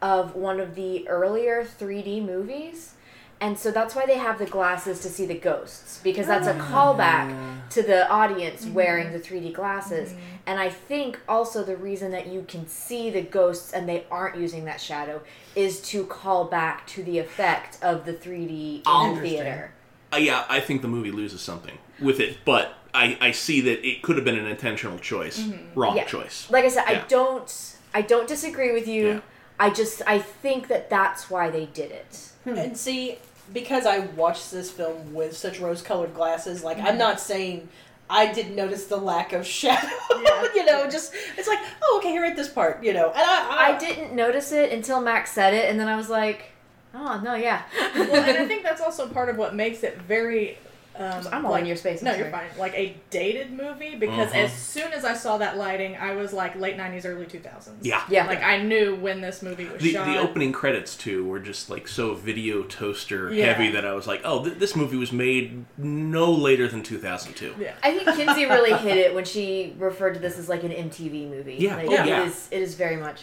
Speaker 4: of one of the earlier 3D movies, and so that's why they have the glasses to see the ghosts because that's a callback to the audience wearing the 3D glasses. And I think also the reason that you can see the ghosts and they aren't using that shadow is to call back to the effect of the 3D in the
Speaker 5: Interesting.
Speaker 4: theater.
Speaker 6: Uh, yeah, I think the movie loses something with it, but I, I see that it could have been an intentional choice,
Speaker 2: Mm-hmm.
Speaker 6: wrong
Speaker 4: Yeah.
Speaker 6: choice.
Speaker 4: like I said,
Speaker 6: Yeah.
Speaker 4: I don't, I don't disagree with you.
Speaker 6: Yeah.
Speaker 4: I just, I think that that's why they did it.
Speaker 6: hmm.
Speaker 2: and see because I watched this film with such rose-colored glasses. Like
Speaker 6: Mm-hmm.
Speaker 2: I'm not saying I didn't notice the lack of shadow.
Speaker 3: Yeah.
Speaker 2: <laughs> you know, just it's like oh okay, here at this part. You know, and I I,
Speaker 4: I didn't notice it until Max said it, and then I was like, oh no, yeah.
Speaker 3: well, and I think that's also part of what makes it very Um,
Speaker 4: I'm all in your space, I'm
Speaker 3: No, you're
Speaker 4: sorry.
Speaker 3: fine. Like a dated movie because as
Speaker 6: Mm-hmm.
Speaker 3: soon as I saw that lighting, I was like late '90s, early 2000s.
Speaker 6: Yeah.
Speaker 4: Yeah.
Speaker 3: Like I knew when this movie was
Speaker 6: The,
Speaker 3: shot.
Speaker 6: the opening credits too were just like so video toaster
Speaker 3: Yeah.
Speaker 6: heavy that I was like, oh, th- this movie was made no later than 2002.
Speaker 3: Yeah.
Speaker 4: <laughs> I think Kinsey really hit it when she referred to this as like an MTV movie.
Speaker 6: Yeah.
Speaker 4: Like,
Speaker 6: Oh, yeah.
Speaker 4: It is. It is very much.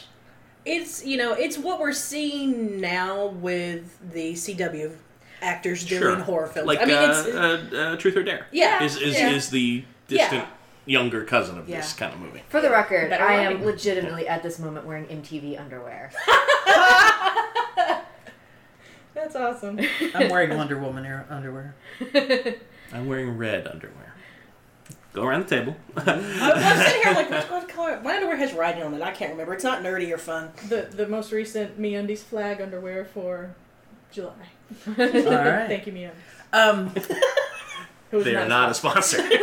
Speaker 2: it's you know it's what we're seeing now with the CW actors doing horror films.
Speaker 6: Like
Speaker 2: I mean,
Speaker 6: uh,
Speaker 2: it's
Speaker 6: uh, uh, Truth or Dare.
Speaker 2: Yeah,
Speaker 6: Is is,
Speaker 3: yeah.
Speaker 6: is the
Speaker 2: Yeah.
Speaker 6: distant younger cousin of this
Speaker 2: Yeah.
Speaker 6: kind of movie.
Speaker 4: For the record,
Speaker 3: Better
Speaker 4: I
Speaker 3: writing.
Speaker 4: am legitimately at this moment wearing MTV underwear.
Speaker 3: That's awesome.
Speaker 5: I'm wearing Wonder Woman air- underwear.
Speaker 6: I'm wearing red underwear. Go around the table.
Speaker 2: I, I'm sitting here like what, what color? My underwear has writing on it. I can't remember. It's not nerdy or fun.
Speaker 3: the the most recent MeUndies flag underwear for July.
Speaker 5: All
Speaker 3: <laughs>
Speaker 5: right.
Speaker 3: Thank you, MeUndies.
Speaker 5: Um,
Speaker 3: Who is
Speaker 6: <laughs> they are not a sponsor.
Speaker 2: <laughs>
Speaker 3: <laughs>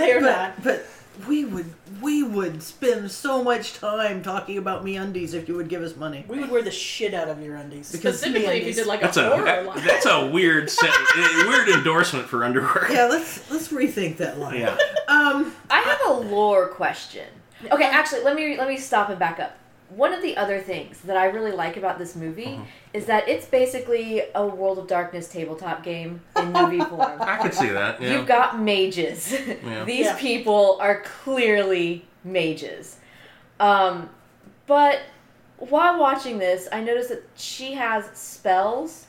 Speaker 2: They
Speaker 4: <laughs>
Speaker 2: are not.
Speaker 5: but, but we would we would spend so much time talking about me undies if you would give us money.
Speaker 2: We would wear the shit out of your undies.
Speaker 5: Because
Speaker 3: specifically if you
Speaker 5: MeUndies-
Speaker 3: did like a
Speaker 6: <laughs> That's
Speaker 3: horror
Speaker 6: a
Speaker 3: line.
Speaker 6: that's a weird
Speaker 4: <laughs>
Speaker 6: set, a weird endorsement for underwear.
Speaker 5: Yeah, let's let's rethink that line.
Speaker 6: Yeah.
Speaker 5: Um,
Speaker 4: I have a lore question. Okay, actually, let me let me stop and back up. One of the other things that I really like about this movie is that it's basically a World of Darkness tabletop game in movie form.
Speaker 6: I could see that. Yeah.
Speaker 4: You've got mages. <laughs> These
Speaker 2: Yeah.
Speaker 4: people are clearly mages. Um, but while watching this, I noticed that she has spells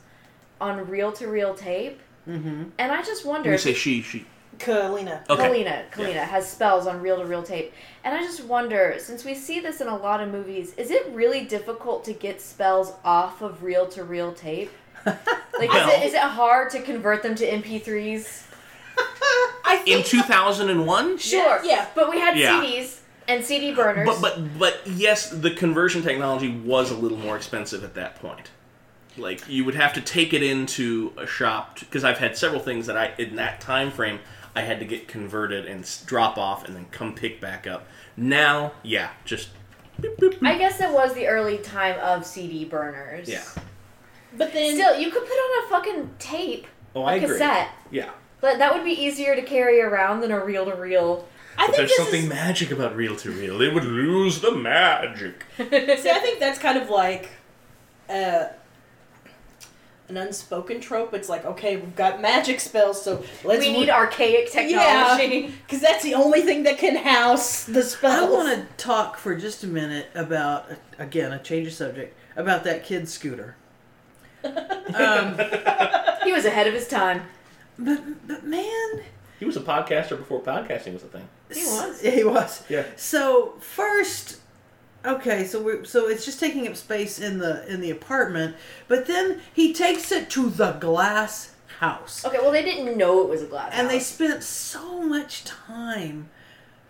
Speaker 4: on reel to reel tape. Mm-hmm. And I just wonder.
Speaker 6: you say she she.
Speaker 2: Kalina.
Speaker 6: Okay.
Speaker 4: Kalina, Kalina has spells on reel to reel tape. And I just wonder, since we see this in a lot of movies, is it really difficult to get spells off of reel to reel tape? Like, is,
Speaker 6: Well-
Speaker 4: it, is it hard to convert them to MP3s?
Speaker 2: I
Speaker 6: In
Speaker 2: think
Speaker 6: 2001.
Speaker 4: Sure.
Speaker 2: yeah.
Speaker 4: But we had
Speaker 6: Yeah.
Speaker 4: CDs and CD burners.
Speaker 6: But but but yes, the conversion technology was a little more expensive at that point. Like you would have to take it into a shop because I've had several things that I in that time frame I had to get converted and s- drop off and then come pick back up. Now, yeah, just
Speaker 4: I guess it was the early time of CD burners.
Speaker 6: yeah.
Speaker 2: but then
Speaker 4: Still, you could put on a fucking tape,
Speaker 6: Oh,
Speaker 4: a
Speaker 6: I agree.
Speaker 4: cassette.
Speaker 6: Yeah.
Speaker 4: But that would be easier to carry around than a reel to reel.
Speaker 2: I
Speaker 6: But
Speaker 2: think
Speaker 6: there's
Speaker 2: this
Speaker 6: something
Speaker 2: is-
Speaker 6: magic about reel to reel. It would lose the magic.
Speaker 2: See, I think that's kind of like uh, an unspoken trope. It's like, okay, we've got magic spells, so let's
Speaker 4: We need archaic technology. <laughs>
Speaker 2: because that's the only thing that can house the
Speaker 5: I
Speaker 2: spells.
Speaker 5: want to talk for just a minute about again a change of subject about that kid scooter. um,
Speaker 4: He was ahead of his time.
Speaker 5: but but man,
Speaker 6: He was a podcaster before podcasting was a thing.
Speaker 5: he
Speaker 4: was.
Speaker 5: He was.
Speaker 6: Yeah.
Speaker 5: So first, okay, so we so it's just taking up space in the in the apartment, but then he takes it to the glass house,
Speaker 4: Okay, well, they didn't know it was a glass.
Speaker 5: and they
Speaker 4: house.
Speaker 5: spent so much time.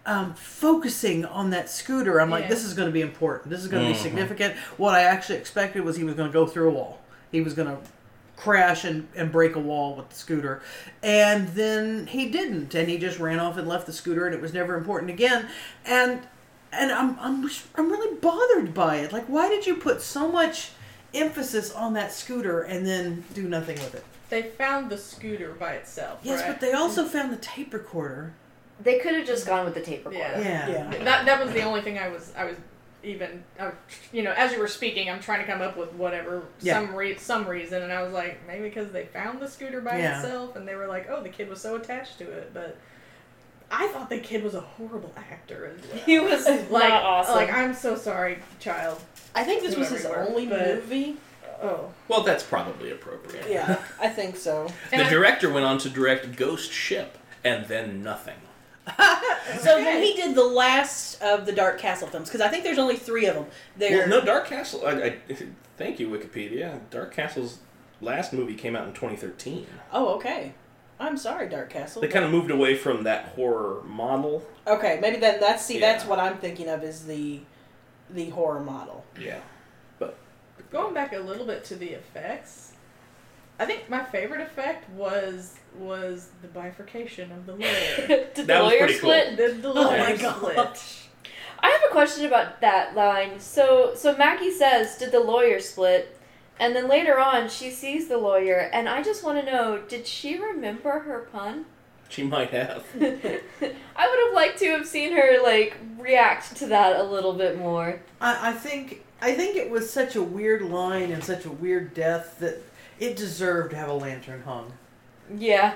Speaker 5: Um, focusing on that scooter, I'm like,
Speaker 3: Yeah.
Speaker 5: this is going to be important. This is going to be significant. What I actually expected was he was going to go through a wall. He was going to crash and, and break a wall with the scooter. And then he didn't. And he just ran off and left the scooter and it was never important again. And and I'm I'm I'm really bothered by it. Like why did you put so much emphasis on that scooter and then do nothing with it?
Speaker 3: They found the scooter by itself.
Speaker 5: Yes,
Speaker 3: right?
Speaker 5: but they also found the tape recorder.
Speaker 4: They could have just gone with the tape recorder.
Speaker 3: Yeah.
Speaker 5: <laughs> Yeah.
Speaker 2: yeah.
Speaker 3: That that was the only thing I was I was even I, you know as you were speaking I'm trying to come up with whatever
Speaker 5: Yeah.
Speaker 3: some re- some reason and I was like maybe because they found the scooter by
Speaker 5: Yeah.
Speaker 3: itself and they were like oh the kid was so attached to it but I thought the kid was a horrible actor as well.
Speaker 4: He was
Speaker 3: Like,
Speaker 4: not awesome.
Speaker 3: like <laughs> I'm so sorry, child.
Speaker 2: I think this was his
Speaker 3: Everywhere,
Speaker 2: only
Speaker 3: but-
Speaker 2: movie.
Speaker 3: Oh,
Speaker 6: Well, that's probably appropriate.
Speaker 2: Yeah, I think so.
Speaker 3: And
Speaker 6: the
Speaker 3: I-
Speaker 6: director went on to direct Ghost Ship and then nothing.
Speaker 2: So then he did the last of the Dark Castle films because I think there's only three of them. There,
Speaker 6: Well, no, Dark Castle. I, <laughs> I, thank you, Wikipedia. Dark Castle's last movie came out in 2013.
Speaker 2: oh, okay. I'm sorry, Dark Castle.
Speaker 6: They kind of moved away from that horror model.
Speaker 2: Okay, maybe then that's see that's
Speaker 6: Yeah.
Speaker 2: what I'm thinking of is the the horror model. <laughs>
Speaker 6: Yeah.
Speaker 3: going back a little bit to the effects. I think my favorite effect was was the bifurcation of the lawyer.
Speaker 4: <laughs>
Speaker 5: <laughs>
Speaker 4: Did
Speaker 6: That
Speaker 4: the
Speaker 6: was
Speaker 4: lawyer
Speaker 6: pretty cool.
Speaker 4: split?
Speaker 3: the, the
Speaker 2: Oh
Speaker 3: lawyer
Speaker 2: my gosh.
Speaker 3: split.
Speaker 4: I have a question about that line. So, so Maggie says, "Did the lawyer split?" And then later on, she sees the lawyer, and I just want to know did she remember her pun? <laughs>
Speaker 6: She might have.
Speaker 4: I would have liked to have seen her, like, react to that a little bit more.
Speaker 5: I, I think I think it was such a weird line and such a weird death that it deserved to have a lantern hung.
Speaker 4: Yeah.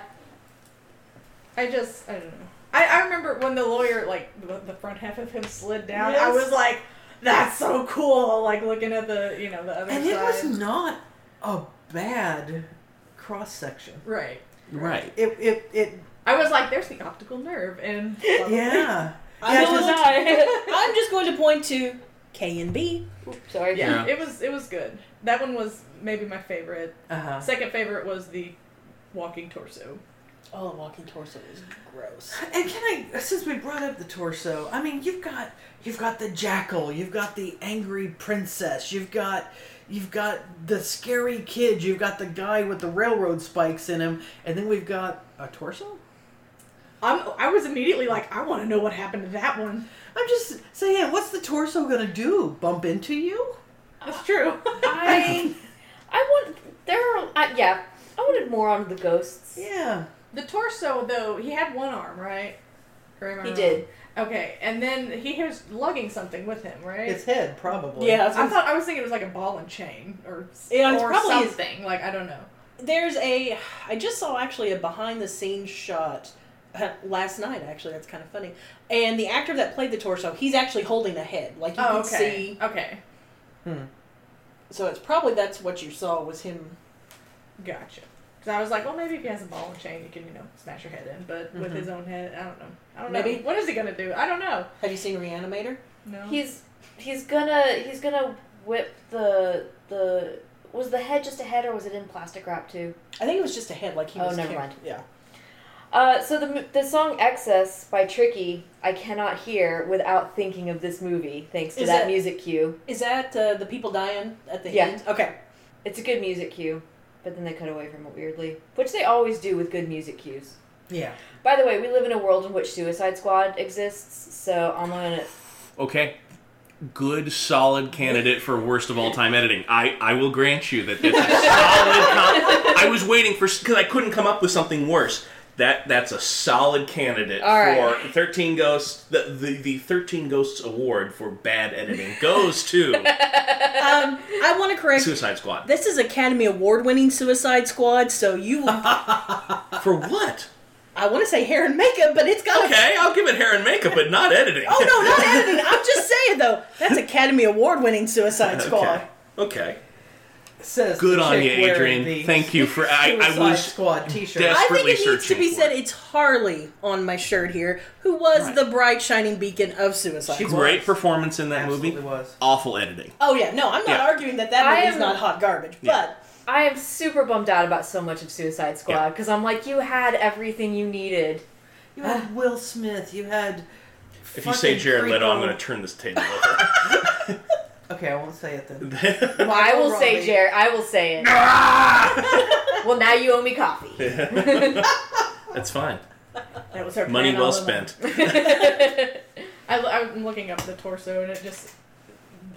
Speaker 3: I just, I don't know. I, I remember when the lawyer, like, the, the front half of him slid down, I
Speaker 5: Yes.
Speaker 3: was like, that's so cool, like, looking at the, you know, the other
Speaker 5: And
Speaker 3: side.
Speaker 5: it was not a bad cross section.
Speaker 3: right.
Speaker 6: Right.
Speaker 5: It it it
Speaker 3: I was like, there's the optical nerve,
Speaker 5: <laughs>
Speaker 3: and
Speaker 5: yeah.
Speaker 2: I
Speaker 5: Yeah,
Speaker 4: So
Speaker 2: will-
Speaker 4: was
Speaker 2: <laughs>
Speaker 4: I.
Speaker 2: I'm just going to point to K and B.
Speaker 4: Oops, sorry.
Speaker 3: Yeah,
Speaker 6: Yeah.
Speaker 3: it was it was good. That one was maybe my favorite.
Speaker 5: Uh-huh.
Speaker 3: Second favorite was the walking torso.
Speaker 2: Oh, the walking torso is gross.
Speaker 5: And can I, since we brought up the torso, I mean, you've got you've got the jackal, you've got the angry princess, you've got you've got the scary kid, you've got the guy with the railroad spikes in him, and then we've got a torso.
Speaker 3: I'm, I was immediately like, I want to know what happened to that one.
Speaker 5: I'm just saying, what's the torso gonna do? Bump into you?
Speaker 3: That's true. <laughs>
Speaker 4: I, I want. There are. I, yeah. I wanted more on the ghosts.
Speaker 5: Yeah.
Speaker 3: the torso though, he had one arm, right? Or am I
Speaker 4: He
Speaker 3: wrong?
Speaker 4: did.
Speaker 3: Okay, and then he was lugging something with him, right?
Speaker 5: Its head, probably.
Speaker 2: Yeah, I was
Speaker 3: I
Speaker 2: gonna
Speaker 3: thought I was thinking it was like a ball and chain or
Speaker 2: Yeah, it's
Speaker 3: or
Speaker 2: probably his-
Speaker 3: something. Like I don't know.
Speaker 2: There's a. I just saw actually a behind the scenes shot uh, last night. Actually, that's kind of funny. And the actor that played the torso, he's actually holding a head. Like you
Speaker 3: Oh,
Speaker 2: can
Speaker 3: okay.
Speaker 2: see.
Speaker 3: Okay,
Speaker 2: So it's probably that's what you saw was him.
Speaker 3: gotcha. Because I was like, well, maybe if he has a ball and chain, you can you know smash your head in, but with
Speaker 5: Mhm.
Speaker 3: his own head, I don't know. I don't
Speaker 2: Maybe.
Speaker 3: know. What is he gonna do? I don't know.
Speaker 2: Have you seen Reanimator?
Speaker 3: No.
Speaker 4: He's he's gonna he's gonna whip the the was the head just a head or was it in plastic wrap too?
Speaker 2: I think it was just a head. Like he
Speaker 4: Oh,
Speaker 2: was.
Speaker 4: never
Speaker 2: carrying-
Speaker 4: mind.
Speaker 2: Yeah.
Speaker 4: Uh, so the m- the song "Excess" by Tricky, I cannot hear without thinking of this movie, thanks to
Speaker 2: Is
Speaker 4: that
Speaker 2: it-
Speaker 4: music cue.
Speaker 2: Is that uh, the people dying at the
Speaker 4: Yeah.
Speaker 2: end? Okay.
Speaker 4: It's a good music cue, but then they cut away from it weirdly, which they always do with good music cues.
Speaker 5: Yeah.
Speaker 4: By the way, we live in a world in which Suicide Squad exists, so I'm gonna.
Speaker 6: Okay. Good, solid candidate for worst of all time editing. I, I will grant you that that's a solid. com- I was waiting for because I couldn't come up with something worse. That that's a solid candidate
Speaker 4: All right.
Speaker 6: for Thirteen Ghosts. The, the the Thirteen Ghosts award for bad editing goes to
Speaker 2: Um, I want to correct.
Speaker 6: Suicide Squad.
Speaker 2: This is Academy Award winning Suicide Squad, so
Speaker 4: <laughs>
Speaker 2: you. I
Speaker 6: For what?
Speaker 2: want to say hair and makeup, but it's got a.
Speaker 6: Okay, I'll give it hair and makeup, but not editing.
Speaker 2: <laughs> Oh no, not editing. I'm just saying though. That's Academy Award winning Suicide Squad.
Speaker 6: Okay. <laughs> Okay.
Speaker 5: Says
Speaker 6: Good
Speaker 5: the
Speaker 6: on
Speaker 5: chick
Speaker 6: you,
Speaker 5: wearing
Speaker 6: Adrian.
Speaker 5: the
Speaker 6: Thank you for. I, I
Speaker 5: Suicide
Speaker 6: was
Speaker 5: squad T-shirt.
Speaker 6: des-
Speaker 2: I think
Speaker 6: desperately
Speaker 2: it needs to be
Speaker 6: searching
Speaker 2: said
Speaker 6: for it.
Speaker 2: it's Harley on my shirt here, who was
Speaker 6: Right.
Speaker 2: the bright shining beacon of suicide.
Speaker 5: She-
Speaker 6: great performance in that
Speaker 5: Absolutely
Speaker 6: movie.
Speaker 5: was.
Speaker 6: Awful editing.
Speaker 2: oh yeah, no, I'm not
Speaker 6: Yeah.
Speaker 2: arguing that that
Speaker 4: I
Speaker 2: movie's
Speaker 4: am-
Speaker 2: not hot garbage,
Speaker 6: Yeah.
Speaker 4: I am super bummed out about so much of Suicide Squad because I'm like, you had everything you needed.
Speaker 5: You had Will Smith. You had.
Speaker 6: Ah. If you say
Speaker 5: fucking
Speaker 6: Jared Leto, I'm
Speaker 5: creepo-
Speaker 6: going to turn this table over.
Speaker 5: Okay, I won't say it <laughs> then.
Speaker 6: <laughs>
Speaker 4: I
Speaker 5: Margot
Speaker 4: will say,
Speaker 5: Robbie.
Speaker 4: Jared. I will say it. well, now you owe me
Speaker 6: <laughs>
Speaker 4: coffee. <laughs>
Speaker 6: That's fine.
Speaker 3: that was her
Speaker 6: Money
Speaker 3: plan
Speaker 6: well
Speaker 3: all along.
Speaker 6: spent.
Speaker 3: <laughs> I, I'm looking up the torso, and it just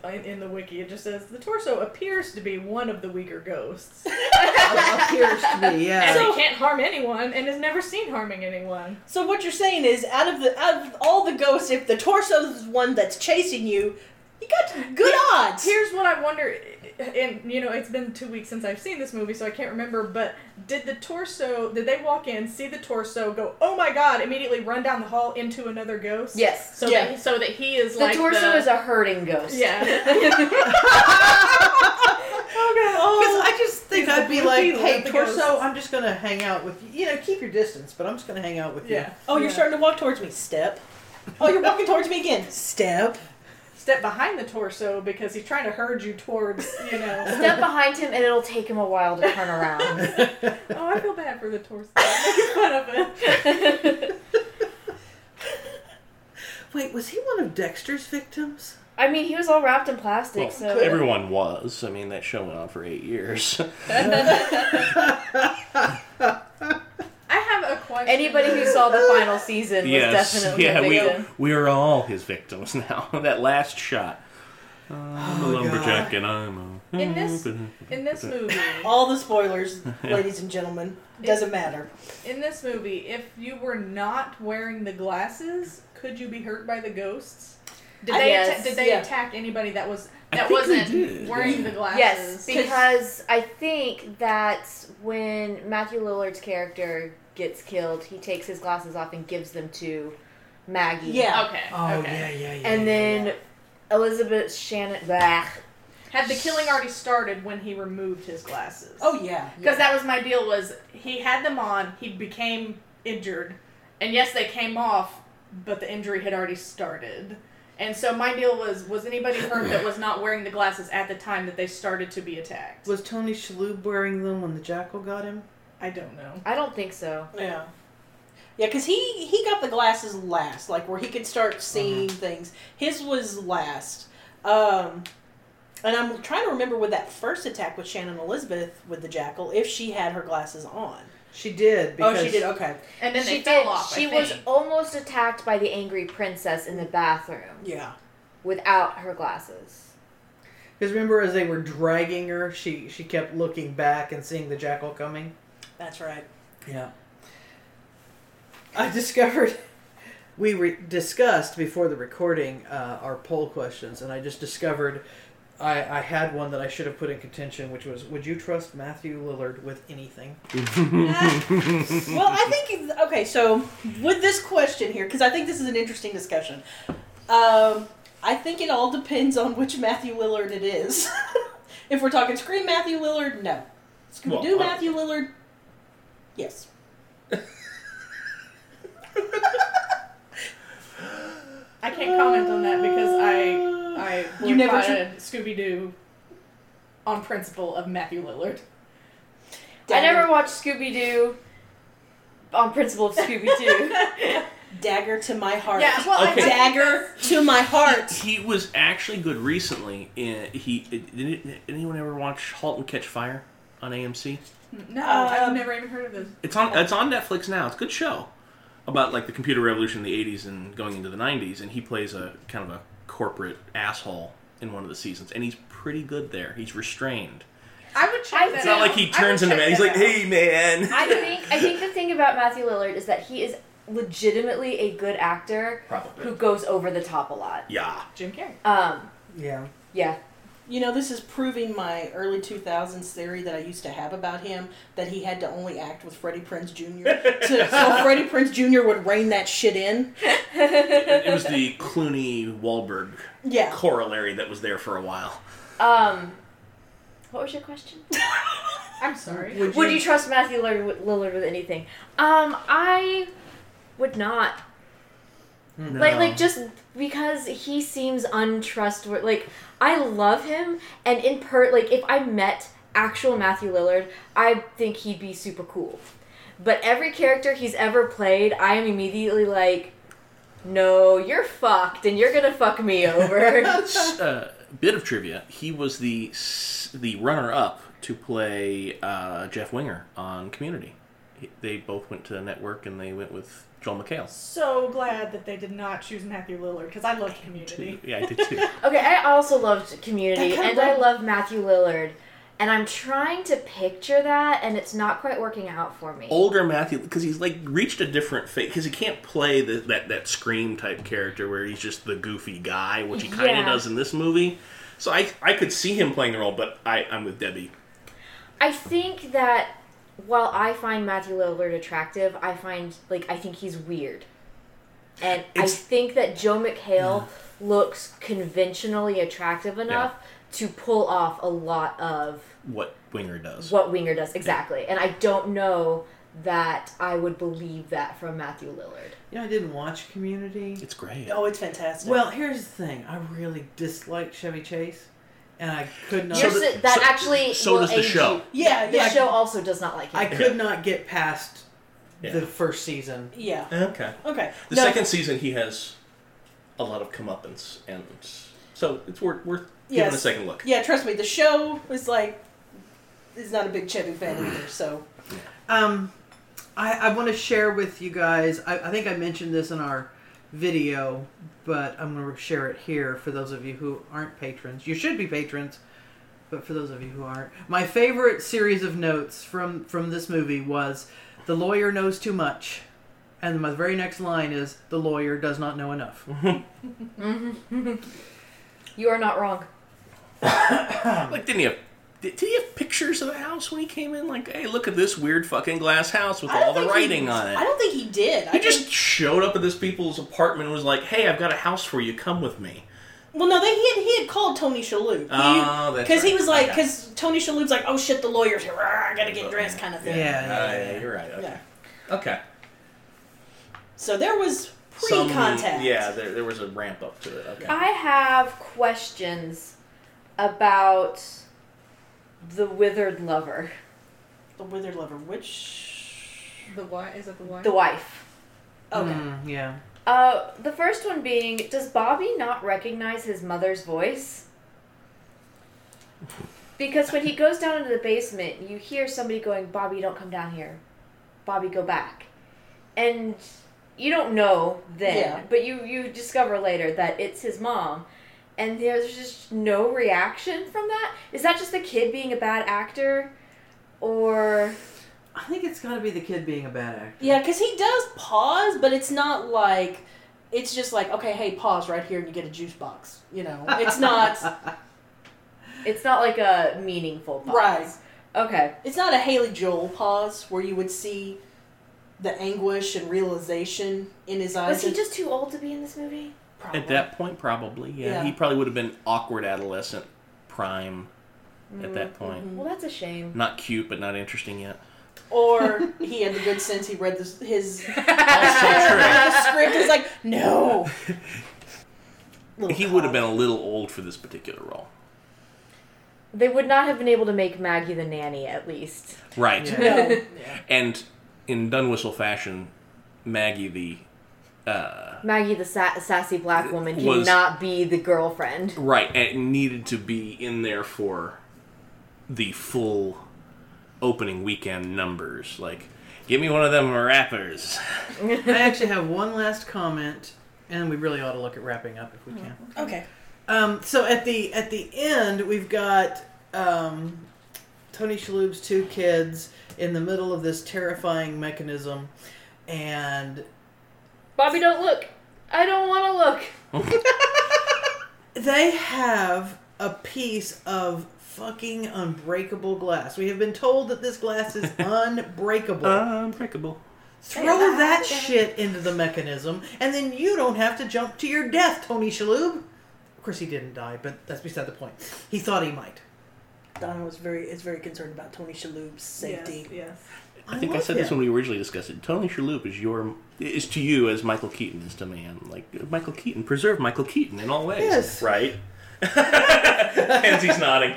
Speaker 3: in in the wiki it just says the torso appears to be one of the weaker
Speaker 4: <laughs>
Speaker 3: ghosts,
Speaker 5: appears to be, yeah.
Speaker 3: and it can't harm anyone, and is never seen harming anyone.
Speaker 2: but so what you're saying is out of the out of all the ghosts, if the torso's the one that's chasing you, you got good odds.
Speaker 3: Here's what I wonder, and you know it's been two weeks since I've seen this movie, so I can't remember. But did the torso? Did they walk in, see the torso, go, "Oh my god!" Immediately run down the hall into another ghost?
Speaker 4: Yes.
Speaker 3: So
Speaker 2: Yeah.
Speaker 3: that so that he is
Speaker 4: The
Speaker 3: like
Speaker 4: torso
Speaker 3: the,
Speaker 4: is a hurting ghost. <laughs>
Speaker 3: yeah. <laughs> Oh,
Speaker 5: Because I just think I'd be like,
Speaker 3: People
Speaker 5: hey,
Speaker 3: with the
Speaker 5: torso,
Speaker 3: ghosts.
Speaker 5: I'm just gonna hang out with you. You know, keep your distance, but I'm just gonna hang out with
Speaker 3: yeah.
Speaker 2: oh, you're
Speaker 3: Yeah.
Speaker 2: starting to walk towards me. Step. Oh, you're walking towards me again. Step.
Speaker 3: Step behind the torso because he's trying to herd you towards you know.
Speaker 4: <laughs> Step behind him and it'll take him a while to turn around.
Speaker 3: <laughs> Oh, I feel bad for the torso. <laughs> Making fun of it.
Speaker 5: you. Wait, was he one of Dexter's victims?
Speaker 4: I mean, he was all wrapped in plastic,
Speaker 6: Well,
Speaker 4: so
Speaker 6: everyone was. I mean, that show went on for eight years.
Speaker 3: I have a question.
Speaker 4: anybody who saw the final season
Speaker 6: <laughs>
Speaker 4: was
Speaker 6: yes.
Speaker 4: definitely
Speaker 6: Yeah,
Speaker 4: a
Speaker 6: we
Speaker 4: victim.
Speaker 6: we are <laughs> all his victims now. that last shot. I'm a
Speaker 5: God.
Speaker 6: lumberjack and I'm
Speaker 3: in this in this movie,
Speaker 2: All the spoilers, ladies and gentlemen. <laughs> Doesn't matter.
Speaker 3: in this movie, if you were not wearing the glasses, could you be hurt by the ghosts? Did
Speaker 4: I
Speaker 3: they
Speaker 4: guess,
Speaker 3: atta- did they
Speaker 2: yeah.
Speaker 3: attack anybody that was
Speaker 6: I
Speaker 3: that
Speaker 6: think they
Speaker 3: wasn't
Speaker 6: did.
Speaker 3: wearing the glasses?
Speaker 4: Yes, because I think that's when Matthew Lillard's character gets killed. He takes his glasses off and gives them to Maggie.
Speaker 2: Yeah.
Speaker 3: okay.
Speaker 5: Oh
Speaker 3: okay.
Speaker 5: yeah, yeah, yeah.
Speaker 4: And then Elizabeth Shannon. Blah.
Speaker 3: Had the killing already started when he removed his glasses?
Speaker 2: Oh yeah.
Speaker 3: because that was my deal. Was he had them on? He became injured, and yes, they came off, but the injury had already started. And so my deal was: was anybody hurt that was not wearing the glasses at the time that they started to be attacked?
Speaker 5: was Tony Shalhoub wearing them when the jackal got him?
Speaker 3: I don't know.
Speaker 4: I don't think so.
Speaker 2: Yeah. Yeah, because he he got the glasses last, like where he could start seeing things. His was last, um, and I'm trying to remember with that first attack with Shannon Elizabeth with the jackal if she had her glasses on.
Speaker 5: She did. Because
Speaker 2: oh, she did. Okay.
Speaker 3: And then
Speaker 4: she
Speaker 3: they fell
Speaker 4: did-
Speaker 3: off.
Speaker 4: She
Speaker 3: I
Speaker 4: was
Speaker 3: think.
Speaker 4: almost attacked by the angry princess in the bathroom
Speaker 2: Yeah.
Speaker 4: without her glasses.
Speaker 5: Because remember, as they were dragging her, she she kept looking back and seeing the jackal coming.
Speaker 2: That's right.
Speaker 5: Yeah. I <laughs> discovered. We re- discussed before the recording uh, our poll questions, and I just discovered I, I had one that I should have put in contention, which was Would you trust Matthew Lillard with anything?
Speaker 2: <laughs> well, I think it's- okay. So with this question here, because I think this is an interesting discussion. Um, I think it all depends on which Matthew Lillard it is. <laughs> if we're talking Scream Matthew Lillard, no. Scooby Doo
Speaker 6: Well, uh, I-
Speaker 2: Matthew Lillard, yes.
Speaker 3: I can't comment on that because I I
Speaker 2: You never
Speaker 3: boycotted Scooby Doo on principle of Matthew Lillard.
Speaker 4: I
Speaker 2: Dagger,
Speaker 4: never watched Scooby Doo on principle of Scooby <laughs> Doo.
Speaker 2: dagger to my heart.
Speaker 3: Yeah, well, I
Speaker 6: Okay.
Speaker 3: think
Speaker 2: dagger to my heart.
Speaker 6: He was actually good recently. In, he did, did anyone ever watch *Halt and Catch Fire* on AMC?
Speaker 3: that's- No, I've
Speaker 2: Um,
Speaker 3: never even heard of this.
Speaker 6: It's on it's on Netflix now. It's a good show about like the computer revolution in the '80s and going into the '90s. And he plays a kind of a corporate asshole in one of the seasons, and he's pretty good check there. He's restrained.
Speaker 3: I would check
Speaker 4: I
Speaker 3: that
Speaker 6: It's
Speaker 4: did.
Speaker 6: not
Speaker 3: out.
Speaker 6: like
Speaker 3: I
Speaker 6: he
Speaker 3: would
Speaker 6: turns into
Speaker 3: check
Speaker 6: man. He's
Speaker 3: that
Speaker 6: like,
Speaker 3: out.
Speaker 6: "Hey, man."
Speaker 4: I think I think the thing about Matthew Lillard is that he is legitimately a good actor
Speaker 6: Probably.
Speaker 4: who goes over the top a lot.
Speaker 6: <laughs> Yeah.
Speaker 3: Jim Carrey.
Speaker 4: Um,
Speaker 5: Yeah.
Speaker 4: yeah.
Speaker 2: You know, this is proving my early 2000s theory that I used to have about him that he had to only act with Freddie Prince
Speaker 6: <laughs>
Speaker 2: Jr. to, so Freddie Prince Jr. would rein that shit in.
Speaker 6: It was the Clooney Wahlberg
Speaker 2: Yeah.
Speaker 6: corollary that was there for a while.
Speaker 4: Um, what was your question?
Speaker 3: I'm sorry.
Speaker 4: Would you trust Matthew Lillard with, Lillard with anything? Um, I would not. Like, like just because he seems untrustworthy. Like, I love him, and in per like, if I met actual Matthew Lillard, I think he'd be super cool. But every character he's ever played, I am immediately like, no, you're fucked, and you're gonna fuck
Speaker 6: <laughs>
Speaker 4: me over.
Speaker 6: S- uh, bit of trivia: He was the s- the runner up to play uh, Jeff Winger on Community. He- They both went to network, and they went with Joel McHale.
Speaker 3: so glad that they did not choose Matthew Lillard because I love Community.
Speaker 6: Yeah, I did
Speaker 2: <laughs>
Speaker 6: too.
Speaker 4: Okay, I also loved Community,
Speaker 2: That kind
Speaker 4: and
Speaker 2: of
Speaker 4: I
Speaker 2: rem-
Speaker 4: love Matthew Lillard, and I'm trying to picture that, and it's not quite working out for me.
Speaker 6: Older Matthew, because he's like reached a different phase. Because he can't play the, that that scream type character where he's just the goofy guy, which he kind of
Speaker 4: Yeah.
Speaker 6: does in this movie. So I I could see him playing the role, but I I'm with Debbie.
Speaker 4: I think that while I find Matthew Lillard attractive, I find like I think he's weird, and I
Speaker 6: It's-
Speaker 4: think that Joe McHale looks conventionally attractive enough to pull off a lot of
Speaker 6: What Winger does.
Speaker 4: what Winger does exactly, and I don't know that I would believe that from Matthew Lillard.
Speaker 5: You know, I didn't watch Community.
Speaker 6: It's great.
Speaker 2: Oh, it's fantastic.
Speaker 5: Well, here's the thing I really disliked Chevy Chase, and I could not.
Speaker 4: You're
Speaker 6: the-
Speaker 4: si- that
Speaker 6: so-
Speaker 4: actually
Speaker 6: so
Speaker 4: will
Speaker 6: does the
Speaker 4: age
Speaker 6: show.
Speaker 4: you.
Speaker 2: yeah,
Speaker 4: The
Speaker 2: yeah.
Speaker 4: show also does not like him.
Speaker 5: I could not get past
Speaker 6: Yeah.
Speaker 5: the first season.
Speaker 2: Yeah.
Speaker 6: Okay.
Speaker 2: Okay.
Speaker 6: The
Speaker 2: No,
Speaker 6: second season, he has a lot of comeuppance, and so it's worth worth giving a
Speaker 2: Yes.
Speaker 6: second look.
Speaker 2: Yeah, trust me, the show is like is not a big Chevy fan either,
Speaker 6: Mm.
Speaker 2: so
Speaker 5: Um, I, I want to share with you guys. I, I think I mentioned this in our video, but I'm going to share it here for those of you who aren't patrons. You should be patrons. But for those of you who aren't, my favorite series of notes from from this movie was the lawyer knows too much, and my very next line is the lawyer does not know enough.
Speaker 4: You are not wrong.
Speaker 6: Like, didn't he have? Did, did he have pictures of the house when he came in? Like, hey, look at this weird fucking glass house with
Speaker 2: I don't
Speaker 6: all the
Speaker 2: think
Speaker 6: writing
Speaker 2: he,
Speaker 6: on it.
Speaker 2: I don't think he did. I
Speaker 6: He
Speaker 2: think-
Speaker 6: just showed up at this people's apartment and was like, "Hey, I've got a house for you. Come with me."
Speaker 2: well, no, they, he had he had called Tony Shalhoub. He-
Speaker 6: Oh, that's
Speaker 2: he
Speaker 6: right.
Speaker 2: was like,
Speaker 6: Okay.
Speaker 2: because Tony Shalhoub's like, oh shit, the lawyer's here. Rah, I gotta get dressed, kind of
Speaker 5: Yeah,
Speaker 2: thing.
Speaker 5: yeah, yeah.
Speaker 6: Ah, you're right. Okay.
Speaker 2: Yeah.
Speaker 6: Okay.
Speaker 2: So there was
Speaker 6: Some-
Speaker 2: pre-contact.
Speaker 6: Yeah, there, there was a ramp up to it. Okay.
Speaker 4: I have questions about the withered lover,
Speaker 2: The withered lover, which
Speaker 3: The why is it the why?
Speaker 4: the wife.
Speaker 2: okay,
Speaker 5: Mm, yeah.
Speaker 4: Uh, the first one being, does Bobby not recognize his mother's voice? Because when he goes down into the basement, you hear somebody going, Bobby, don't come down here. Bobby, go back. And you don't know then,
Speaker 2: Yeah.
Speaker 4: but you, you discover later that it's his mom. And there's just no reaction from that. Is that just the kid being a bad actor? Or.
Speaker 5: I think it's got to be the kid being a bad
Speaker 2: <laughs>
Speaker 5: actor.
Speaker 2: yeah, because he does pause, but it's not like it's just like okay, hey, pause right here and you get a juice box. You know, it's <laughs> not
Speaker 4: It's not like a meaningful pause.
Speaker 2: Right.
Speaker 4: Okay.
Speaker 2: it's not a Haley Joel pause where you would see the anguish and realization in his eyes.
Speaker 4: Was he just too old to be in this movie?
Speaker 2: Probably.
Speaker 6: At that point, probably. Yeah,
Speaker 2: Yeah.
Speaker 6: he probably would have been awkward adolescent, prime, at that
Speaker 2: Mm-hmm.
Speaker 6: point.
Speaker 4: Well, that's a shame.
Speaker 6: Not cute, but not interesting yet.
Speaker 2: <laughs> or he had the good sense he read this, <laughs> his
Speaker 6: Also
Speaker 2: the script is like no.
Speaker 6: true.
Speaker 2: Little
Speaker 6: He would have
Speaker 2: cock.
Speaker 6: been a little old for this particular role.
Speaker 4: They would not have been able to make Maggie the nanny, at least.
Speaker 6: Right.
Speaker 5: Yeah.
Speaker 2: No.
Speaker 6: And in Dunwhistle fashion, Maggie the uh,
Speaker 4: Maggie, the sa- sassy black woman,
Speaker 6: Was-
Speaker 4: cannot be the girlfriend.
Speaker 6: right and needed to be in there for the full opening weekend numbers. Like, give me one of them rappers. <laughs>
Speaker 5: I actually have one last comment, and we really ought to look at wrapping up if we can.
Speaker 2: Okay.
Speaker 5: Um, so at the at the end, we've got um, Tony Shalhoub's two kids in the middle of this terrifying mechanism, and
Speaker 4: Bobby, don't look. I don't want to look.
Speaker 5: they have a piece of fucking unbreakable glass. We have been told that this glass is unbreakable.
Speaker 6: Unbreakable.
Speaker 5: Throw that shit into the mechanism, and then you don't have to jump to your death, Tony Shalhoub. Of course, he didn't die, but that's beside the point. He thought he might.
Speaker 2: Donna was very is very concerned about Tony Shalhoub's safety.
Speaker 3: Yes, yes.
Speaker 6: I think I
Speaker 5: love
Speaker 6: said this
Speaker 5: him.
Speaker 6: when we originally discussed it. Tony Shalhoub is your is to you as Michael Keaton is to me. I'm like Michael Keaton, preserve Michael Keaton in all ways.
Speaker 5: Yes.
Speaker 6: right. <laughs> Kenzie's nodding.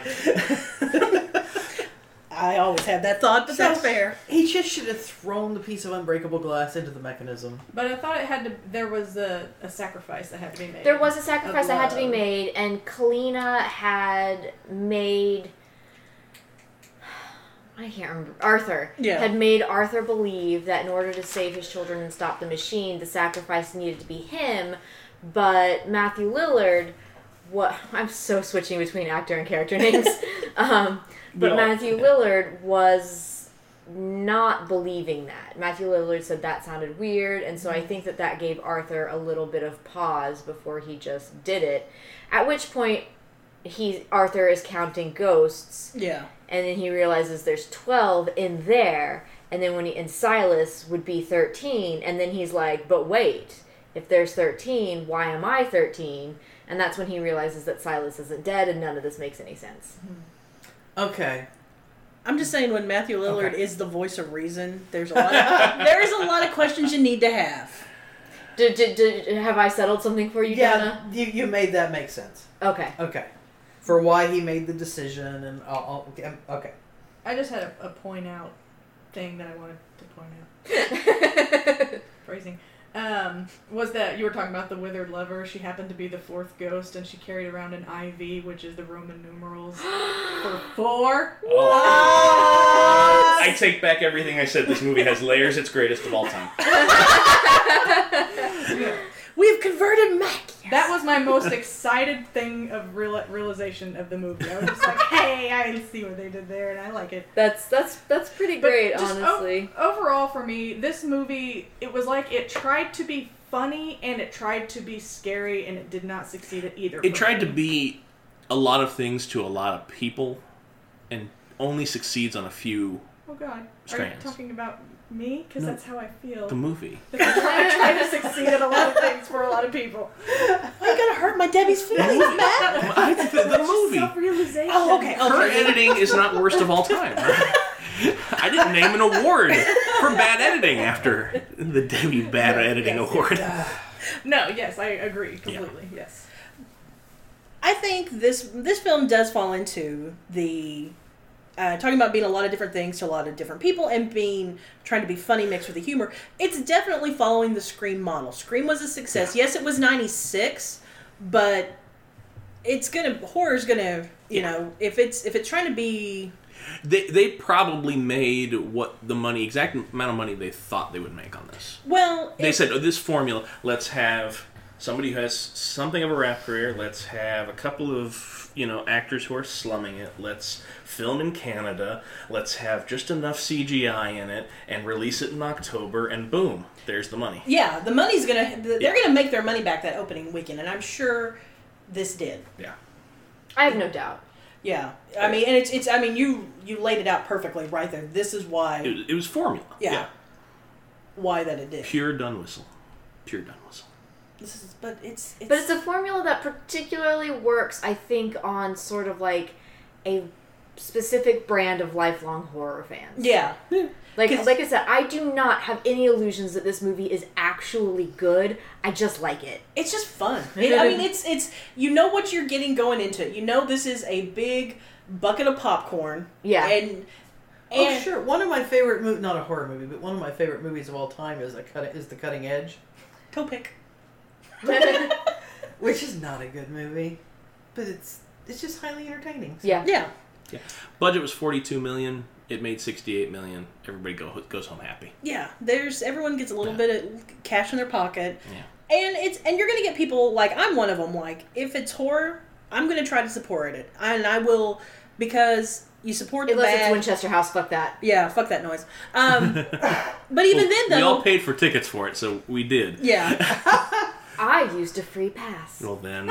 Speaker 2: I always had that thought, but that's fair.
Speaker 5: He just should have thrown the piece of unbreakable glass into the mechanism.
Speaker 3: But I thought it had to. There was a, a sacrifice that had to be made.
Speaker 4: There was a sacrifice that had to be
Speaker 3: love.
Speaker 4: made, and Kalina had made. I can't remember. Arthur
Speaker 2: Yeah.
Speaker 4: had made Arthur believe that in order to save his children and stop the machine, the sacrifice needed to be him. But Matthew Lillard, what I'm so switching between actor and character <laughs> names. um,
Speaker 6: No.
Speaker 4: but Matthew Lillard was not believing that. Matthew Lillard said that sounded weird, and so I think that that gave Arthur a little bit of pause before he just did it. At which point, he Arthur is counting ghosts,
Speaker 2: Yeah.
Speaker 4: and then he realizes there's twelve in there, and then when he and Silas would be thirteen, and then he's like, but wait, if there's thirteen, why am I thirteen? And that's when he realizes that Silas isn't dead, and none of this makes any sense.
Speaker 5: Okay.
Speaker 2: I'm just saying when Matthew Lillard
Speaker 5: Okay.
Speaker 2: is the voice of reason, there's a lot of, <laughs> there is a lot of questions you need to have.
Speaker 4: Did, did, did, have I settled something for you,
Speaker 5: Yeah,
Speaker 4: Donna?
Speaker 5: you, you made that make sense.
Speaker 4: Okay. <laughs>
Speaker 5: Okay. For why he made the decision and all. all okay, okay.
Speaker 3: I just had a, a point out thing that I wanted to point out. Phrasing. Um, was that you were talking about the withered lover? She happened to be the fourth ghost, and she carried around an IV, which is the Roman numerals
Speaker 4: <gasps>
Speaker 3: for four.
Speaker 6: I take back everything I said. This movie has layers. It's greatest of all time.
Speaker 2: We have converted Mac. Yes.
Speaker 3: That was my most excited thing of real- realization of the movie. I was just like, hey, I see what they did there, and I like it.
Speaker 4: That's that's that's pretty
Speaker 3: But
Speaker 4: great,
Speaker 3: just oh. o-
Speaker 4: honestly.
Speaker 3: overall, for me, this movie, it was like it tried to be funny and it tried to be scary, and it did not succeed at either.
Speaker 6: It tried to
Speaker 3: be.
Speaker 6: be a lot of things to a lot of people, and only succeeds on a few.
Speaker 3: Oh God,
Speaker 6: strands.
Speaker 3: are you talking about me? Because
Speaker 6: No.
Speaker 3: that's how I feel.
Speaker 6: The movie.
Speaker 3: I try to succeed at a lot of things for a lot of people.
Speaker 6: <laughs>
Speaker 2: I'm gonna hurt my Debbie's feelings, Matt.
Speaker 6: I- <laughs> the, the movie.
Speaker 3: Self-realization.
Speaker 2: Oh, okay.
Speaker 6: Her
Speaker 2: okay.
Speaker 6: editing is not worst of all time. <laughs> I didn't name an award for bad editing after the Debbie Bad Editing Award.
Speaker 3: No, yes, I agree completely. Yes.
Speaker 2: I think this this film does fall into the uh, talking about being a lot of different things to a lot of different people and being trying to be funny mixed with the humor. It's definitely following the Scream model. Scream was a success. Yes, it was '96, but it's gonna horror's gonna you know if it's if it's trying to be
Speaker 6: They, they probably made what the money exact amount of money they thought they would make on this.
Speaker 2: well
Speaker 6: They
Speaker 2: it-
Speaker 6: said, "Oh, this formula. Let's have somebody who has something of a rap career. Let's have a couple of you know actors who are slumming it. Let's film in Canada. Let's have just enough CGI in it and release it in October. And boom, there's the money."
Speaker 2: yeah the money's gonna they're
Speaker 6: Yeah.
Speaker 2: gonna make their money back that opening weekend and I'm sure this did
Speaker 6: Yeah.
Speaker 4: I have no doubt.
Speaker 2: yeah I mean and it's it's I mean you you laid it out perfectly right there this is why
Speaker 6: It was, it was formula.
Speaker 2: Yeah. why that it did.
Speaker 6: Pure dun whistle. Pure dun whistle.
Speaker 2: This is, but it's, it's
Speaker 4: But it's a formula that particularly works, I think, on sort of like a specific brand of lifelong horror fans.
Speaker 2: <laughs> yeah.
Speaker 4: Like
Speaker 2: 'Cause-
Speaker 4: like I said, I do not have any illusions that this movie is actually good. I just like it.
Speaker 2: It's just fun. It- I mean, it's it's you know what you're getting going into. it. You know this is a big bucket of popcorn.
Speaker 4: Yeah.
Speaker 2: and
Speaker 5: Oh
Speaker 2: and
Speaker 5: sure, one of my favorite movie, not a horror movie, but one of my favorite movies of all time is the cut is the Cutting Edge,
Speaker 2: toe pick.
Speaker 5: which is not a good movie, but it's it's just highly entertaining.
Speaker 4: yeah.
Speaker 2: <laughs> Yeah,
Speaker 6: Yeah. Budget was 42 million. It made 68 million. Everybody go, goes home happy.
Speaker 2: yeah. There's everyone gets a little
Speaker 6: Yeah.
Speaker 2: bit of cash in their pocket,
Speaker 6: Yeah.
Speaker 2: and it's and you're gonna get people like I'm one of them. Like if it's horror, I'm gonna try to support it, and I will because you support the
Speaker 4: Unless
Speaker 2: bad.
Speaker 4: it's Winchester House, fuck that.
Speaker 2: Yeah, fuck that noise. <laughs> Um, but even then, though,
Speaker 6: we all paid for tickets for it, so we did. <laughs>
Speaker 2: yeah,
Speaker 4: I used a free pass.
Speaker 6: Well, then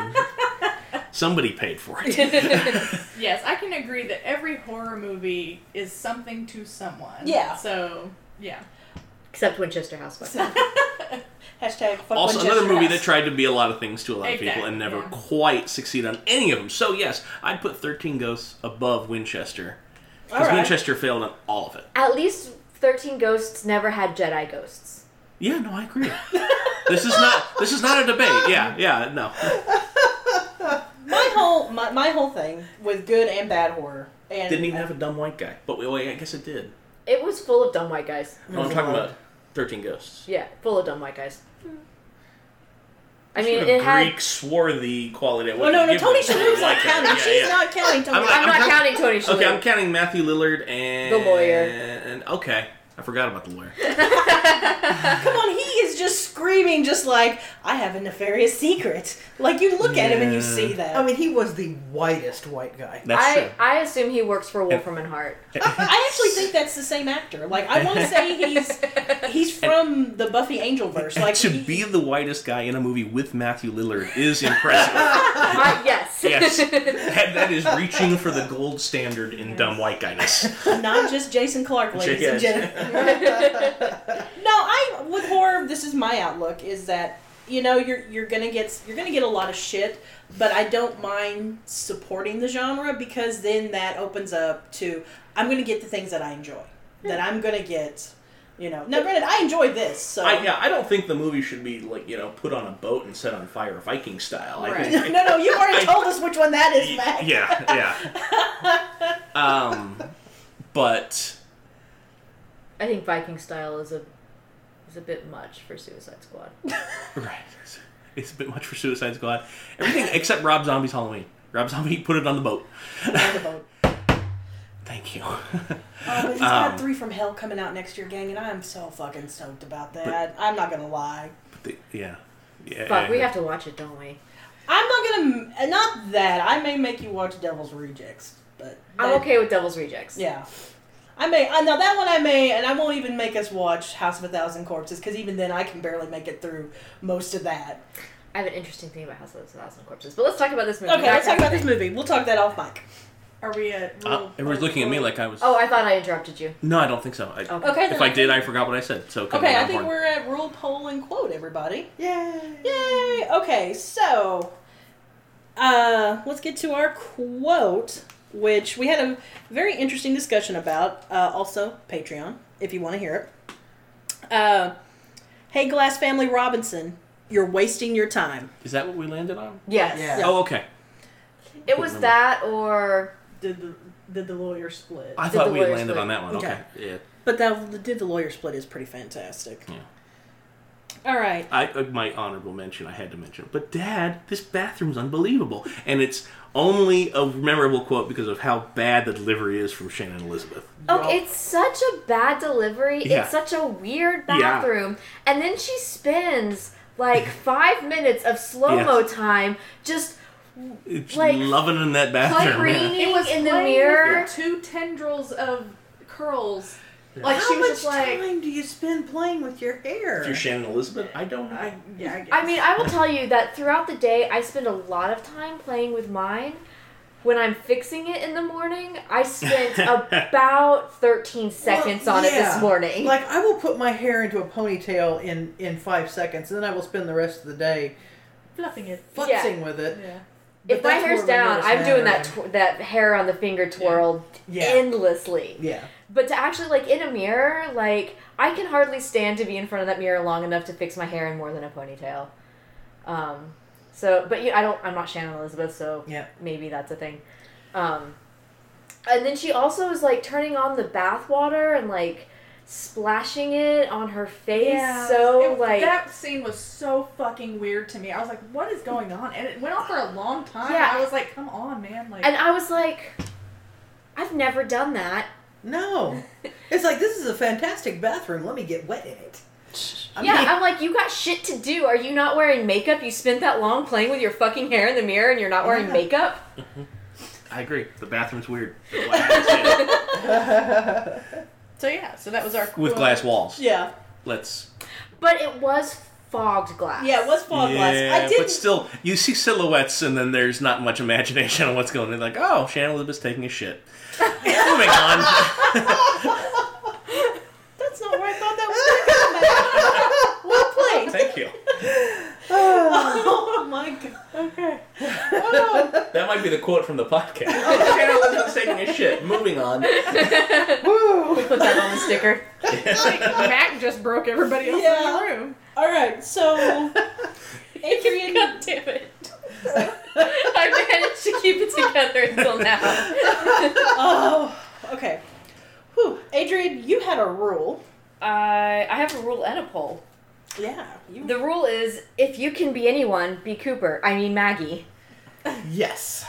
Speaker 6: somebody paid for it.
Speaker 2: <laughs>
Speaker 3: Yes, I can agree that every horror movie is something to someone.
Speaker 2: Yeah.
Speaker 3: So yeah.
Speaker 4: Except Winchester House, fuck that.
Speaker 2: hashtag fuck
Speaker 6: <laughs> also,
Speaker 2: Winchester
Speaker 6: another movie
Speaker 2: House.
Speaker 6: that tried to be a lot of things to a lot of people
Speaker 3: Exactly,
Speaker 6: and never
Speaker 3: yeah.
Speaker 6: quite succeed on any of them. So yes, I'd put Thirteen Ghosts above Winchester because
Speaker 2: All right.
Speaker 6: Winchester failed on all of it.
Speaker 4: At least Thirteen Ghosts never had Jedi ghosts.
Speaker 6: Yeah, no,
Speaker 2: <laughs>
Speaker 6: I agree. this is not this is not a debate. Yeah, yeah, no.
Speaker 2: my whole my, my whole thing with good and bad horror and
Speaker 6: Didn't even have a dumb white guy, but wait, wait I guess it did.
Speaker 4: It was full of dumb white guys.
Speaker 6: No, I'm
Speaker 5: There's a
Speaker 6: talking
Speaker 5: lot.
Speaker 6: about Thirteen Ghosts.
Speaker 4: Yeah, full of dumb white guys. I
Speaker 6: Sort
Speaker 4: mean,
Speaker 6: of
Speaker 4: it had.
Speaker 6: Greek swarthy quality.
Speaker 2: well, Oh, no, no, Tony
Speaker 6: <laughs>
Speaker 2: Shalhoub's not counting.
Speaker 6: Yeah,
Speaker 2: She's
Speaker 6: yeah.
Speaker 2: not counting. Tony.
Speaker 6: I'm
Speaker 4: I'm,
Speaker 6: I'm
Speaker 4: not
Speaker 6: talking-
Speaker 4: counting Tony Shalhoub.
Speaker 6: Okay, I'm counting Matthew Lillard and
Speaker 4: The lawyer.
Speaker 6: And okay, I forgot about
Speaker 2: <laughs>
Speaker 6: the lawyer.
Speaker 2: Come on, he is just screaming, just like I have a nefarious secret. Like you look at him and you
Speaker 6: Yeah.
Speaker 2: see that.
Speaker 5: I mean, he was the whitest white guy. <laughs>
Speaker 6: That's
Speaker 4: I,
Speaker 6: true.
Speaker 4: I assume he works for Wolfram
Speaker 2: <laughs>
Speaker 4: and Hart.
Speaker 2: I actually think that's the same actor. Like I want to say he's he's
Speaker 6: <laughs>
Speaker 2: from the Buffy Angelverse. Like
Speaker 6: to
Speaker 2: he-
Speaker 6: be the whitest guy in a movie with Matthew Lillard is
Speaker 4: <laughs>
Speaker 6: impressive.
Speaker 4: Uh, yes.
Speaker 6: yes, that, that is reaching for the gold standard in dumb white guyness.
Speaker 2: not just Jason
Speaker 6: <laughs>
Speaker 2: Clark, ladies and
Speaker 6: Yes.
Speaker 2: gentlemen. no, I with horror, this is my outlook: is that you know you're you're gonna get you're gonna get a lot of shit, but I don't mind supporting the genre because then that opens up to I'm gonna get the things that I enjoy, that I'm gonna get. You know, now granted, I enjoy this, so
Speaker 6: I, yeah, I don't think the movie should be like you know put on a boat and set on fire Viking style. I
Speaker 2: <laughs>
Speaker 6: think-
Speaker 2: no, no, you already
Speaker 6: I-
Speaker 2: told us which one
Speaker 6: <laughs>
Speaker 2: that is,
Speaker 6: Y-
Speaker 2: Mac. <laughs>
Speaker 6: yeah, yeah. um, but
Speaker 4: <laughs> I think Viking style is a is a bit much for Suicide Squad.
Speaker 6: right, it's, it's a bit much for Suicide Squad. Everything except Rob Zombie's Halloween. Roundabout, put it on the boat.
Speaker 2: Roundabout.
Speaker 6: Thank <laughs> you.
Speaker 2: Oh, but he's
Speaker 6: Um,
Speaker 2: got three from hell coming out next year, gang, and I'm so fucking stoked about that. I'm not gonna lie.
Speaker 6: But the- yeah, Yeah.
Speaker 4: Fuck, we have to watch it, don't we?
Speaker 2: I'm not gonna. Not that I may make you watch Devil's Rejects, but
Speaker 4: I'm
Speaker 2: that-
Speaker 4: okay with Devil's Rejects.
Speaker 2: Yeah, I may. I now that one I may, and I won't even make us watch House of a Thousand Corpses because even then I can barely make it through most of that.
Speaker 4: I have an interesting thing about House of the Thousand Corpses, but let's talk about this movie.
Speaker 2: Okay,
Speaker 4: Not
Speaker 2: let's talk about this
Speaker 4: everything.
Speaker 2: movie. We'll talk that off mic.
Speaker 3: Are we at?
Speaker 6: Uh, everyone's looking at me like I was.
Speaker 4: Oh, I thought I interrupted you.
Speaker 6: no, I don't think so. I,
Speaker 4: Okay.
Speaker 2: Okay.
Speaker 6: If
Speaker 2: then
Speaker 6: I did, I forgot what I said. So come
Speaker 2: Okay,
Speaker 6: on
Speaker 2: I think
Speaker 6: board.
Speaker 2: we're at rule poll and quote everybody.
Speaker 5: Yay!
Speaker 2: Yay! Okay, so uh, let's get to our quote, which we had a very interesting discussion about. Uh, also, Patreon, if you want to hear it. Uh, hey, Glass Family Robinson, you're wasting your time.
Speaker 6: Is that what we landed on?
Speaker 4: Yes.
Speaker 5: Yeah.
Speaker 6: Oh, okay.
Speaker 4: It was
Speaker 6: Couldn't remember.
Speaker 4: that or
Speaker 2: Did the did the lawyer split?
Speaker 6: I
Speaker 4: Did
Speaker 6: thought
Speaker 4: the
Speaker 6: we
Speaker 4: lawyers
Speaker 6: landed
Speaker 4: win?
Speaker 6: on that one. Okay. Yeah.
Speaker 2: But that the did the lawyer split is pretty fantastic.
Speaker 6: Yeah.
Speaker 2: All right.
Speaker 6: I uh, my honorable mention I had to mention. But Dad, this bathroom's unbelievable, and it's only a memorable quote because of how bad the delivery is from Shannon Elizabeth.
Speaker 4: Oh, it's such a bad delivery.
Speaker 6: Yeah.
Speaker 4: It's such a weird
Speaker 6: Yeah.
Speaker 4: bathroom. And then she spends
Speaker 6: <laughs>
Speaker 4: like five minutes of slow mo
Speaker 6: Yes.
Speaker 4: time just
Speaker 6: It's
Speaker 4: Like,
Speaker 6: loving in that bathroom.
Speaker 4: covering
Speaker 3: It was
Speaker 4: in the
Speaker 3: playing with
Speaker 4: mirror.
Speaker 3: your two tendrils of curls. Like
Speaker 5: How
Speaker 3: she was
Speaker 5: much
Speaker 3: just like,
Speaker 5: time do you spend playing with your hair?
Speaker 6: If you're Shannon Elizabeth, I don't.
Speaker 3: I,
Speaker 6: I,
Speaker 3: yeah, I, guess.
Speaker 4: I mean, I will tell you that throughout the day, I spend a lot of time playing with mine. When I'm fixing it in the morning,
Speaker 6: <laughs>
Speaker 4: I spent about 13 seconds
Speaker 5: Well,
Speaker 4: on it
Speaker 5: yeah.
Speaker 4: this morning.
Speaker 5: Like I will put my hair into a ponytail in in five seconds, and then I will spend the rest of the day
Speaker 3: fluffing it.
Speaker 5: futzing
Speaker 4: Yeah.
Speaker 5: with it.
Speaker 3: Yeah.
Speaker 5: But
Speaker 4: if my
Speaker 5: that's
Speaker 4: hair's
Speaker 5: more of a
Speaker 4: down,
Speaker 5: nervous
Speaker 4: I'm doing that
Speaker 5: matter.
Speaker 4: tw- that hair on the finger twirl
Speaker 5: Yeah.
Speaker 4: endlessly.
Speaker 5: yeah.
Speaker 4: But to actually like in a mirror, like I can hardly stand to be in front of that mirror long enough to fix my hair in more than a ponytail. Um, so, but you, I don't. I'm not Shannon Elizabeth, so
Speaker 5: Yeah.
Speaker 4: maybe that's a thing. Um, and then she also is like turning on the bath water and like splashing it on her face. so
Speaker 3: it-
Speaker 4: like
Speaker 3: that scene was so fucking weird to me. I was like, "What is going on?" And it went on for a long time.
Speaker 4: Yeah.
Speaker 3: I was like, "Come on, man!" Like,
Speaker 4: And I was like, I've never done that.
Speaker 5: No. it's like this is a fantastic bathroom. Let me get wet in it. I
Speaker 4: yeah,
Speaker 5: mean,
Speaker 4: I'm like, you got shit to do. Are you not wearing makeup? You spent that long playing with your fucking hair in the mirror and you're not wearing
Speaker 5: Yeah.
Speaker 4: makeup?
Speaker 6: I agree. The bathroom's weird. That's why I had to say it.
Speaker 4: <laughs>
Speaker 3: so yeah, so that was our
Speaker 6: With
Speaker 3: quote. <laughs>
Speaker 6: glass walls.
Speaker 2: Yeah.
Speaker 6: Let's.
Speaker 4: But it was fogged glass.
Speaker 2: Yeah, it was fog glass. I did
Speaker 6: but still, you see silhouettes, and then there's not much imagination on what's going on. Like, oh, Shannon Elizabeth's taking a shit. Moving on.
Speaker 2: That's not where I thought that was going to come out. <laughs> well played.
Speaker 6: <laughs> <laughs> Thank you.
Speaker 2: Oh my god. Okay.
Speaker 6: That might be the quote from the podcast. Oh, Shannon Elizabeth's taking a shit. Moving on.
Speaker 4: We put that on the <laughs> sticker.
Speaker 3: Like, Mac just broke everybody else
Speaker 2: Yeah.
Speaker 3: in the room.
Speaker 2: All right. So, Adrian.
Speaker 4: God damn it. I managed to keep it together until now.
Speaker 2: Oh. Okay. Whew. Adrian, you had a rule.
Speaker 4: I I have a rule and a poll.
Speaker 2: Yeah. You.
Speaker 4: The rule is if you can be anyone, be Cooper. I mean Maggie.
Speaker 5: <laughs> yes.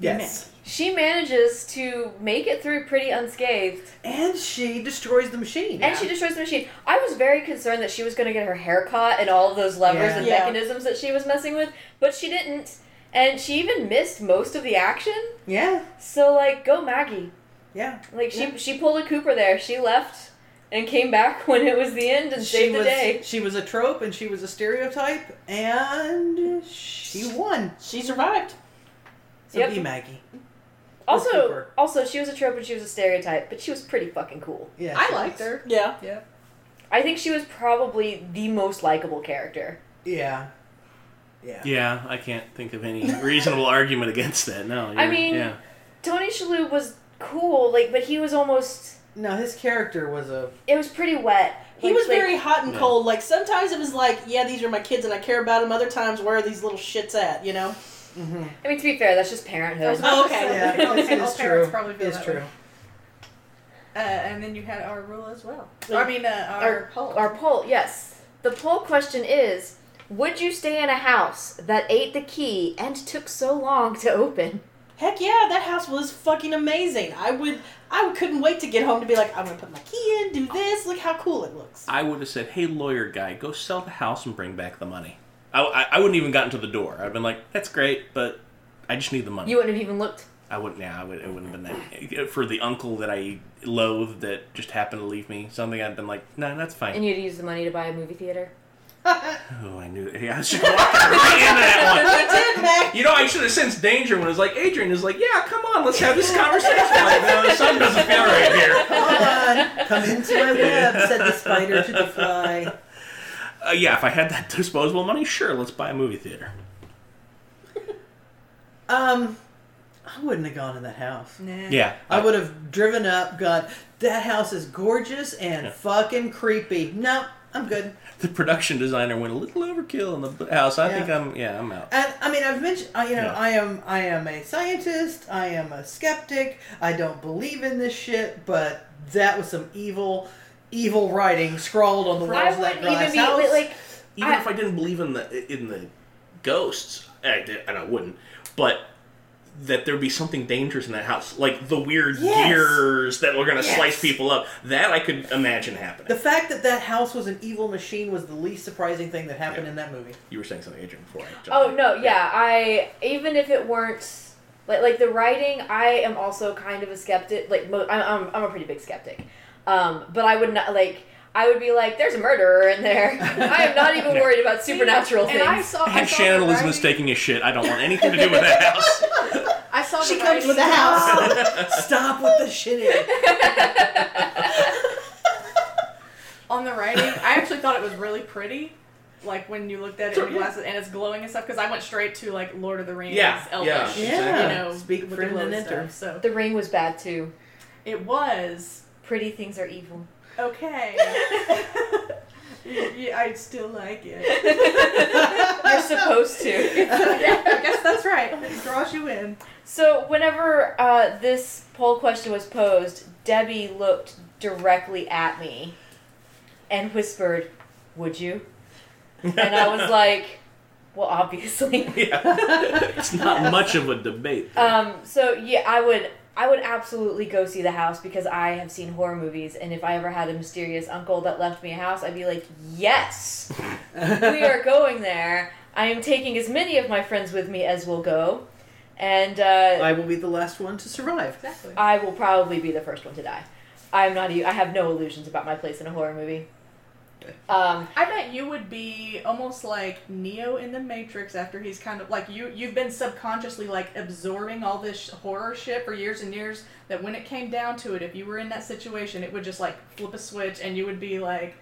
Speaker 5: Yes.
Speaker 4: She manages to make it through pretty unscathed,
Speaker 5: And she destroys the machine.
Speaker 4: and she destroys the machine. I was very concerned that she was going to get her hair caught and all of those levers
Speaker 5: Yeah.
Speaker 4: and
Speaker 2: Yeah.
Speaker 4: mechanisms that she was messing with, but she didn't, and she even missed most of the action.
Speaker 5: yeah.
Speaker 4: So like, go Maggie.
Speaker 5: Yeah.
Speaker 4: Like she she pulled a Cooper there. She left and came back <laughs> when it was the end and
Speaker 5: she
Speaker 4: saved
Speaker 5: was
Speaker 4: the day.
Speaker 5: she was a trope and she was a stereotype and she won.
Speaker 2: she survived.
Speaker 5: So
Speaker 4: Yep.
Speaker 5: be Maggie.
Speaker 4: Also,
Speaker 5: Cooper.
Speaker 4: also she was a trope and she was a stereotype, but she was pretty fucking cool.
Speaker 5: Yeah.
Speaker 3: I
Speaker 5: she
Speaker 3: liked
Speaker 5: was.
Speaker 3: her.
Speaker 2: Yeah.
Speaker 4: I think she was probably the most likable character.
Speaker 5: Yeah. Yeah.
Speaker 6: Yeah, I can't think of any reasonable argument against that. No,
Speaker 4: I
Speaker 6: you're-
Speaker 4: mean-
Speaker 6: yeah,
Speaker 4: Tony Shalhoub was cool, like, but he was almost
Speaker 5: No, his character was a
Speaker 4: it was pretty wet.
Speaker 2: He
Speaker 4: Like-
Speaker 2: was
Speaker 4: like-
Speaker 2: very hot and
Speaker 6: Yeah.
Speaker 2: cold. Like sometimes it was like, yeah, these are my kids and I care about them. Other times, where are these little shits at? You know.
Speaker 4: I mean, to be fair, that's just parenthood.
Speaker 2: Oh, okay.
Speaker 5: mm-hmm. yeah,
Speaker 3: All
Speaker 5: it's,
Speaker 3: parents
Speaker 5: it's true.
Speaker 3: probably feel
Speaker 5: It's
Speaker 3: that way.
Speaker 5: true.
Speaker 3: Uh, and then you had our rule as well.
Speaker 2: Yeah.
Speaker 3: I mean, uh, our,
Speaker 4: Our-
Speaker 3: poll.
Speaker 4: Our poll, yes. The poll question is: Would you stay in a house that ate the key and took so long to open?
Speaker 2: Heck yeah, that house was fucking amazing. I would, I couldn't wait to get home to be like, I'm gonna put my key in, do this. Look how cool it looks.
Speaker 6: I would have said, "Hey, lawyer guy, go sell the house and bring back the money." I, I, I wouldn't even gotten to the door. I'd been like, that's great, but I just need the money.
Speaker 4: You wouldn't have even looked.
Speaker 6: I wouldn't. Yeah, I would. It wouldn't have been that for the uncle that I loathed that just happened to leave me something. I'd been like, no, that's fine.
Speaker 4: And you'd use the money to buy a movie theater.
Speaker 6: Oh, I knew. Yeah, I should walk right into that
Speaker 2: I did, Mac.
Speaker 6: one. You know, I should have sensed danger when it was like Adrian is like, "Yeah, come on, let's have this conversation." I'm like, no, something doesn't feel right here.
Speaker 5: Come on, come into my web," said the spider to the fly.
Speaker 6: Uh, yeah, if I had that disposable money, sure, let's buy a movie theater.
Speaker 5: Um, I wouldn't have gone in that house.
Speaker 3: Nah.
Speaker 6: <laughs> Yeah, uh,
Speaker 5: I would have driven up, gone. That house is gorgeous and fucking creepy. No, I'm good.
Speaker 6: the production designer went a little overkill in the house. I
Speaker 5: Yeah.
Speaker 6: think I'm. Yeah, I'm out.
Speaker 5: And I mean, I've mentioned, I, you know,
Speaker 6: Yeah.
Speaker 5: I am, I am a scientist. I am a skeptic. I don't believe in this shit. But that was some evil, evil writing scrawled on the walls
Speaker 4: I
Speaker 5: of that
Speaker 4: wouldn't
Speaker 5: glass
Speaker 4: even be
Speaker 5: house.
Speaker 4: like.
Speaker 6: Even
Speaker 4: I-
Speaker 6: if I didn't believe in the in the ghosts, I did, and I wouldn't, but that there'd be something dangerous in that house, like the weird
Speaker 5: Yes.
Speaker 6: gears that were going to
Speaker 5: Yes.
Speaker 6: slice people up. That I could imagine happening.
Speaker 5: the fact that that house was an evil machine was the least surprising thing that happened
Speaker 6: Yeah.
Speaker 5: in that
Speaker 6: <laughs>
Speaker 5: movie.
Speaker 6: You were saying something, Adrian, before I jumped
Speaker 4: Oh
Speaker 6: in.
Speaker 4: no, yeah. I even if it weren't like like the writing, I am also kind of a skeptic. Like mo- I'm, I'm, I'm a pretty big skeptic. Um, but I would not like. I would be like, "There's a murderer
Speaker 5: <laughs>
Speaker 4: in there." I am not even worried about supernatural
Speaker 3: and
Speaker 4: things.
Speaker 3: I saw. I
Speaker 6: And
Speaker 3: saw
Speaker 6: Shannon
Speaker 3: the
Speaker 6: is
Speaker 3: writing-
Speaker 6: mistaking a shit. I don't want anything to do with that house.
Speaker 3: I saw.
Speaker 2: She
Speaker 3: the
Speaker 2: comes with the
Speaker 3: writing-
Speaker 2: house.
Speaker 5: Oh, Stop with the shitting.
Speaker 3: on the writing. I actually thought it was really pretty. Like when you looked at it
Speaker 6: Sure,
Speaker 3: in
Speaker 6: yeah.
Speaker 3: glasses and it's glowing and stuff, because I went straight to like Lord of the Rings,
Speaker 6: Yeah,
Speaker 3: Elvish,
Speaker 6: yeah,
Speaker 5: Yeah.
Speaker 3: you know,
Speaker 5: Speak
Speaker 3: with the
Speaker 5: friend
Speaker 3: glow
Speaker 5: and
Speaker 3: stuff,
Speaker 5: enter.
Speaker 3: So
Speaker 4: the ring was bad too.
Speaker 3: it was
Speaker 4: Pretty things are <laughs> evil.
Speaker 3: okay. yeah, I still like it.
Speaker 4: You're supposed
Speaker 3: <laughs>
Speaker 5: <laughs>
Speaker 4: to. <laughs>
Speaker 3: I guess that's right. It draws you in.
Speaker 4: So whenever uh, this poll question was posed, Debbie looked directly at me and whispered, "Would you?" <laughs> And I
Speaker 6: <laughs>
Speaker 4: was like, "Well, obviously."
Speaker 6: Yeah. it's not much of a debate.
Speaker 4: Um, so yeah, I would I would absolutely go see the house because I have seen horror movies, and if I ever had a mysterious uncle that left me a house, I'd be like, yes, we are going there. I am taking as many of my friends with me as will go, and uh,
Speaker 5: I will be the last one to survive.
Speaker 3: Exactly.
Speaker 4: I will probably be the first one to die. I'm not. e- I have no illusions about my place in a horror movie. Um,
Speaker 3: I bet you would be almost like Neo in the Matrix after he's kind of like you you've been subconsciously like absorbing all this horror shit for years and years that when it came down to it if you were in that situation it would just like flip a switch and you would be like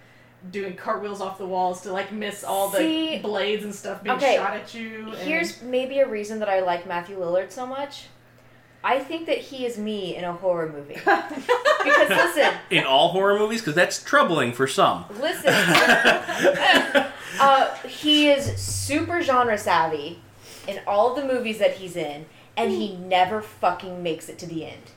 Speaker 3: doing cartwheels off the walls to like miss all the
Speaker 4: See-
Speaker 3: blades and stuff being
Speaker 4: Okay,
Speaker 3: shot at you and
Speaker 4: Here's maybe a reason that I like Matthew Lillard so much. I think that he is me in a horror
Speaker 2: <laughs>
Speaker 4: movie. because listen,
Speaker 6: in all horror movies, because that's troubling for some.
Speaker 2: <laughs>
Speaker 4: listen. uh, he is super genre savvy in all the movies that he's in, and he never fucking makes it to the end.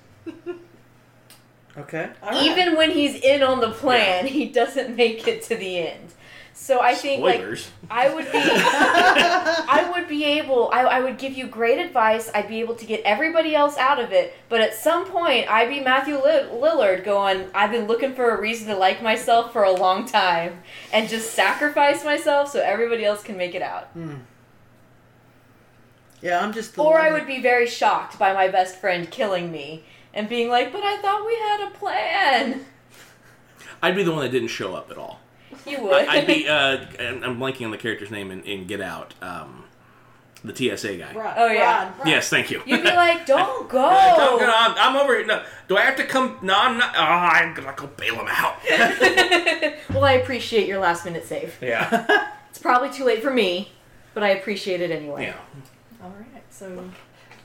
Speaker 5: Okay.
Speaker 2: All right.
Speaker 4: Even when he's in on the plan, he doesn't make it to the end. So I think like
Speaker 6: Spoilers.
Speaker 4: I would be I would be able I, I would give you great advice. I'd be able to get everybody else out of it, but at some point I'd be Matthew Li- Lillard going, I've been looking for a reason to like myself for a long time and just sacrifice myself so everybody else can make it out.
Speaker 5: Yeah, I'm just. The
Speaker 4: Or I
Speaker 5: one-
Speaker 4: would be very shocked by my best friend killing me and being like, "But I thought we had a plan."
Speaker 6: I'd be the one that didn't show up at all.
Speaker 4: You would.
Speaker 6: I'd be. Uh, I'm I'm blanking on the character's name in, in Get Out. Um, the TSA guy.
Speaker 3: Rod,
Speaker 4: Oh, yeah.
Speaker 3: Rod, Rod.
Speaker 6: Yes, thank you.
Speaker 4: <laughs> You'd be like, "Oh!" "Don't go."
Speaker 6: No, no, <laughs> I'm, I'm over here. No, do I have to come? No, I'm not. Oh, I'm gonna go bail him
Speaker 4: <laughs>
Speaker 6: out.
Speaker 4: <laughs> well, I appreciate your last minute save.
Speaker 6: yeah.
Speaker 4: It's probably too late for me, but I appreciate it anyway.
Speaker 6: Yeah.
Speaker 3: All right. So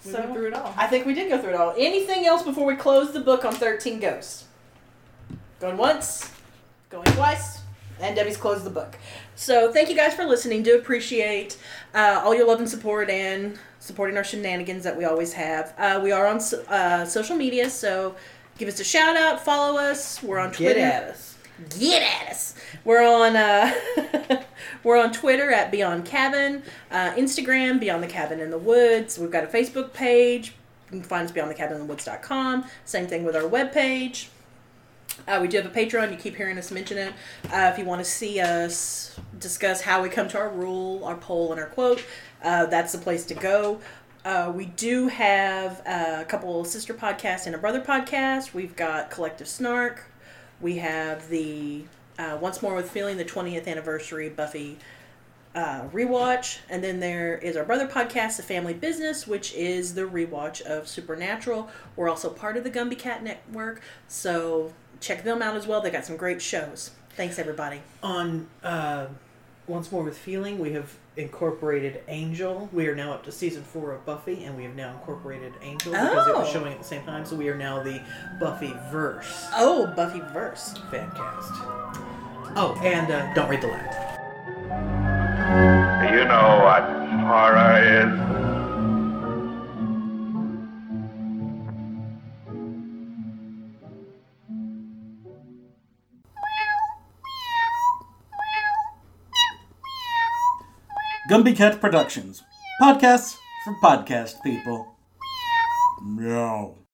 Speaker 3: we
Speaker 2: So-
Speaker 3: went through it all.
Speaker 2: I think we did go through it all. Anything else before we close the book on 13 Ghosts? Going once, going twice, and Debbie's closed the book. So thank you guys for listening. Do appreciate uh, all your love and support and supporting our shenanigans that we always have. Uh, we are on so- uh, social media, so give us a shout out, follow us. We're on
Speaker 5: Get
Speaker 2: Twitter
Speaker 5: at us.
Speaker 2: get at us. We're on uh, <laughs> we're on Twitter at Beyond Cabin, uh, Instagram Beyond the Cabin in the Woods. We've got a Facebook page. You can find us beyondthecabininthewoods.com. Same thing with our webpage. Uh, we do have a Patreon. You keep hearing us mention it. Uh, if you want to see us discuss how we come to our rule, our poll, and our quote, uh, that's the place to go. Uh, we do have uh, a couple sister podcasts and a brother podcast. We've got Collective Snark. We have the uh, Once More with Feeling, the 20th anniversary Buffy uh, rewatch, and then there is our brother podcast, The Family Business, which is the rewatch of Supernatural. We're also part of the Gumby Cat Network, so check them out as well. They got some great shows. Thanks, everybody.
Speaker 5: on uh, once more with feeling we have incorporated angel we are now up to season four of buffy and we have now incorporated angel because it was
Speaker 2: Oh.
Speaker 5: showing at the same time so we are now the buffy verse
Speaker 2: Oh, Buffy verse.
Speaker 5: fan cast oh and uh, don't read the lab
Speaker 1: Do you know what horror is?
Speaker 7: Gumby Cat Productions. Podcasts for podcast people. Meow.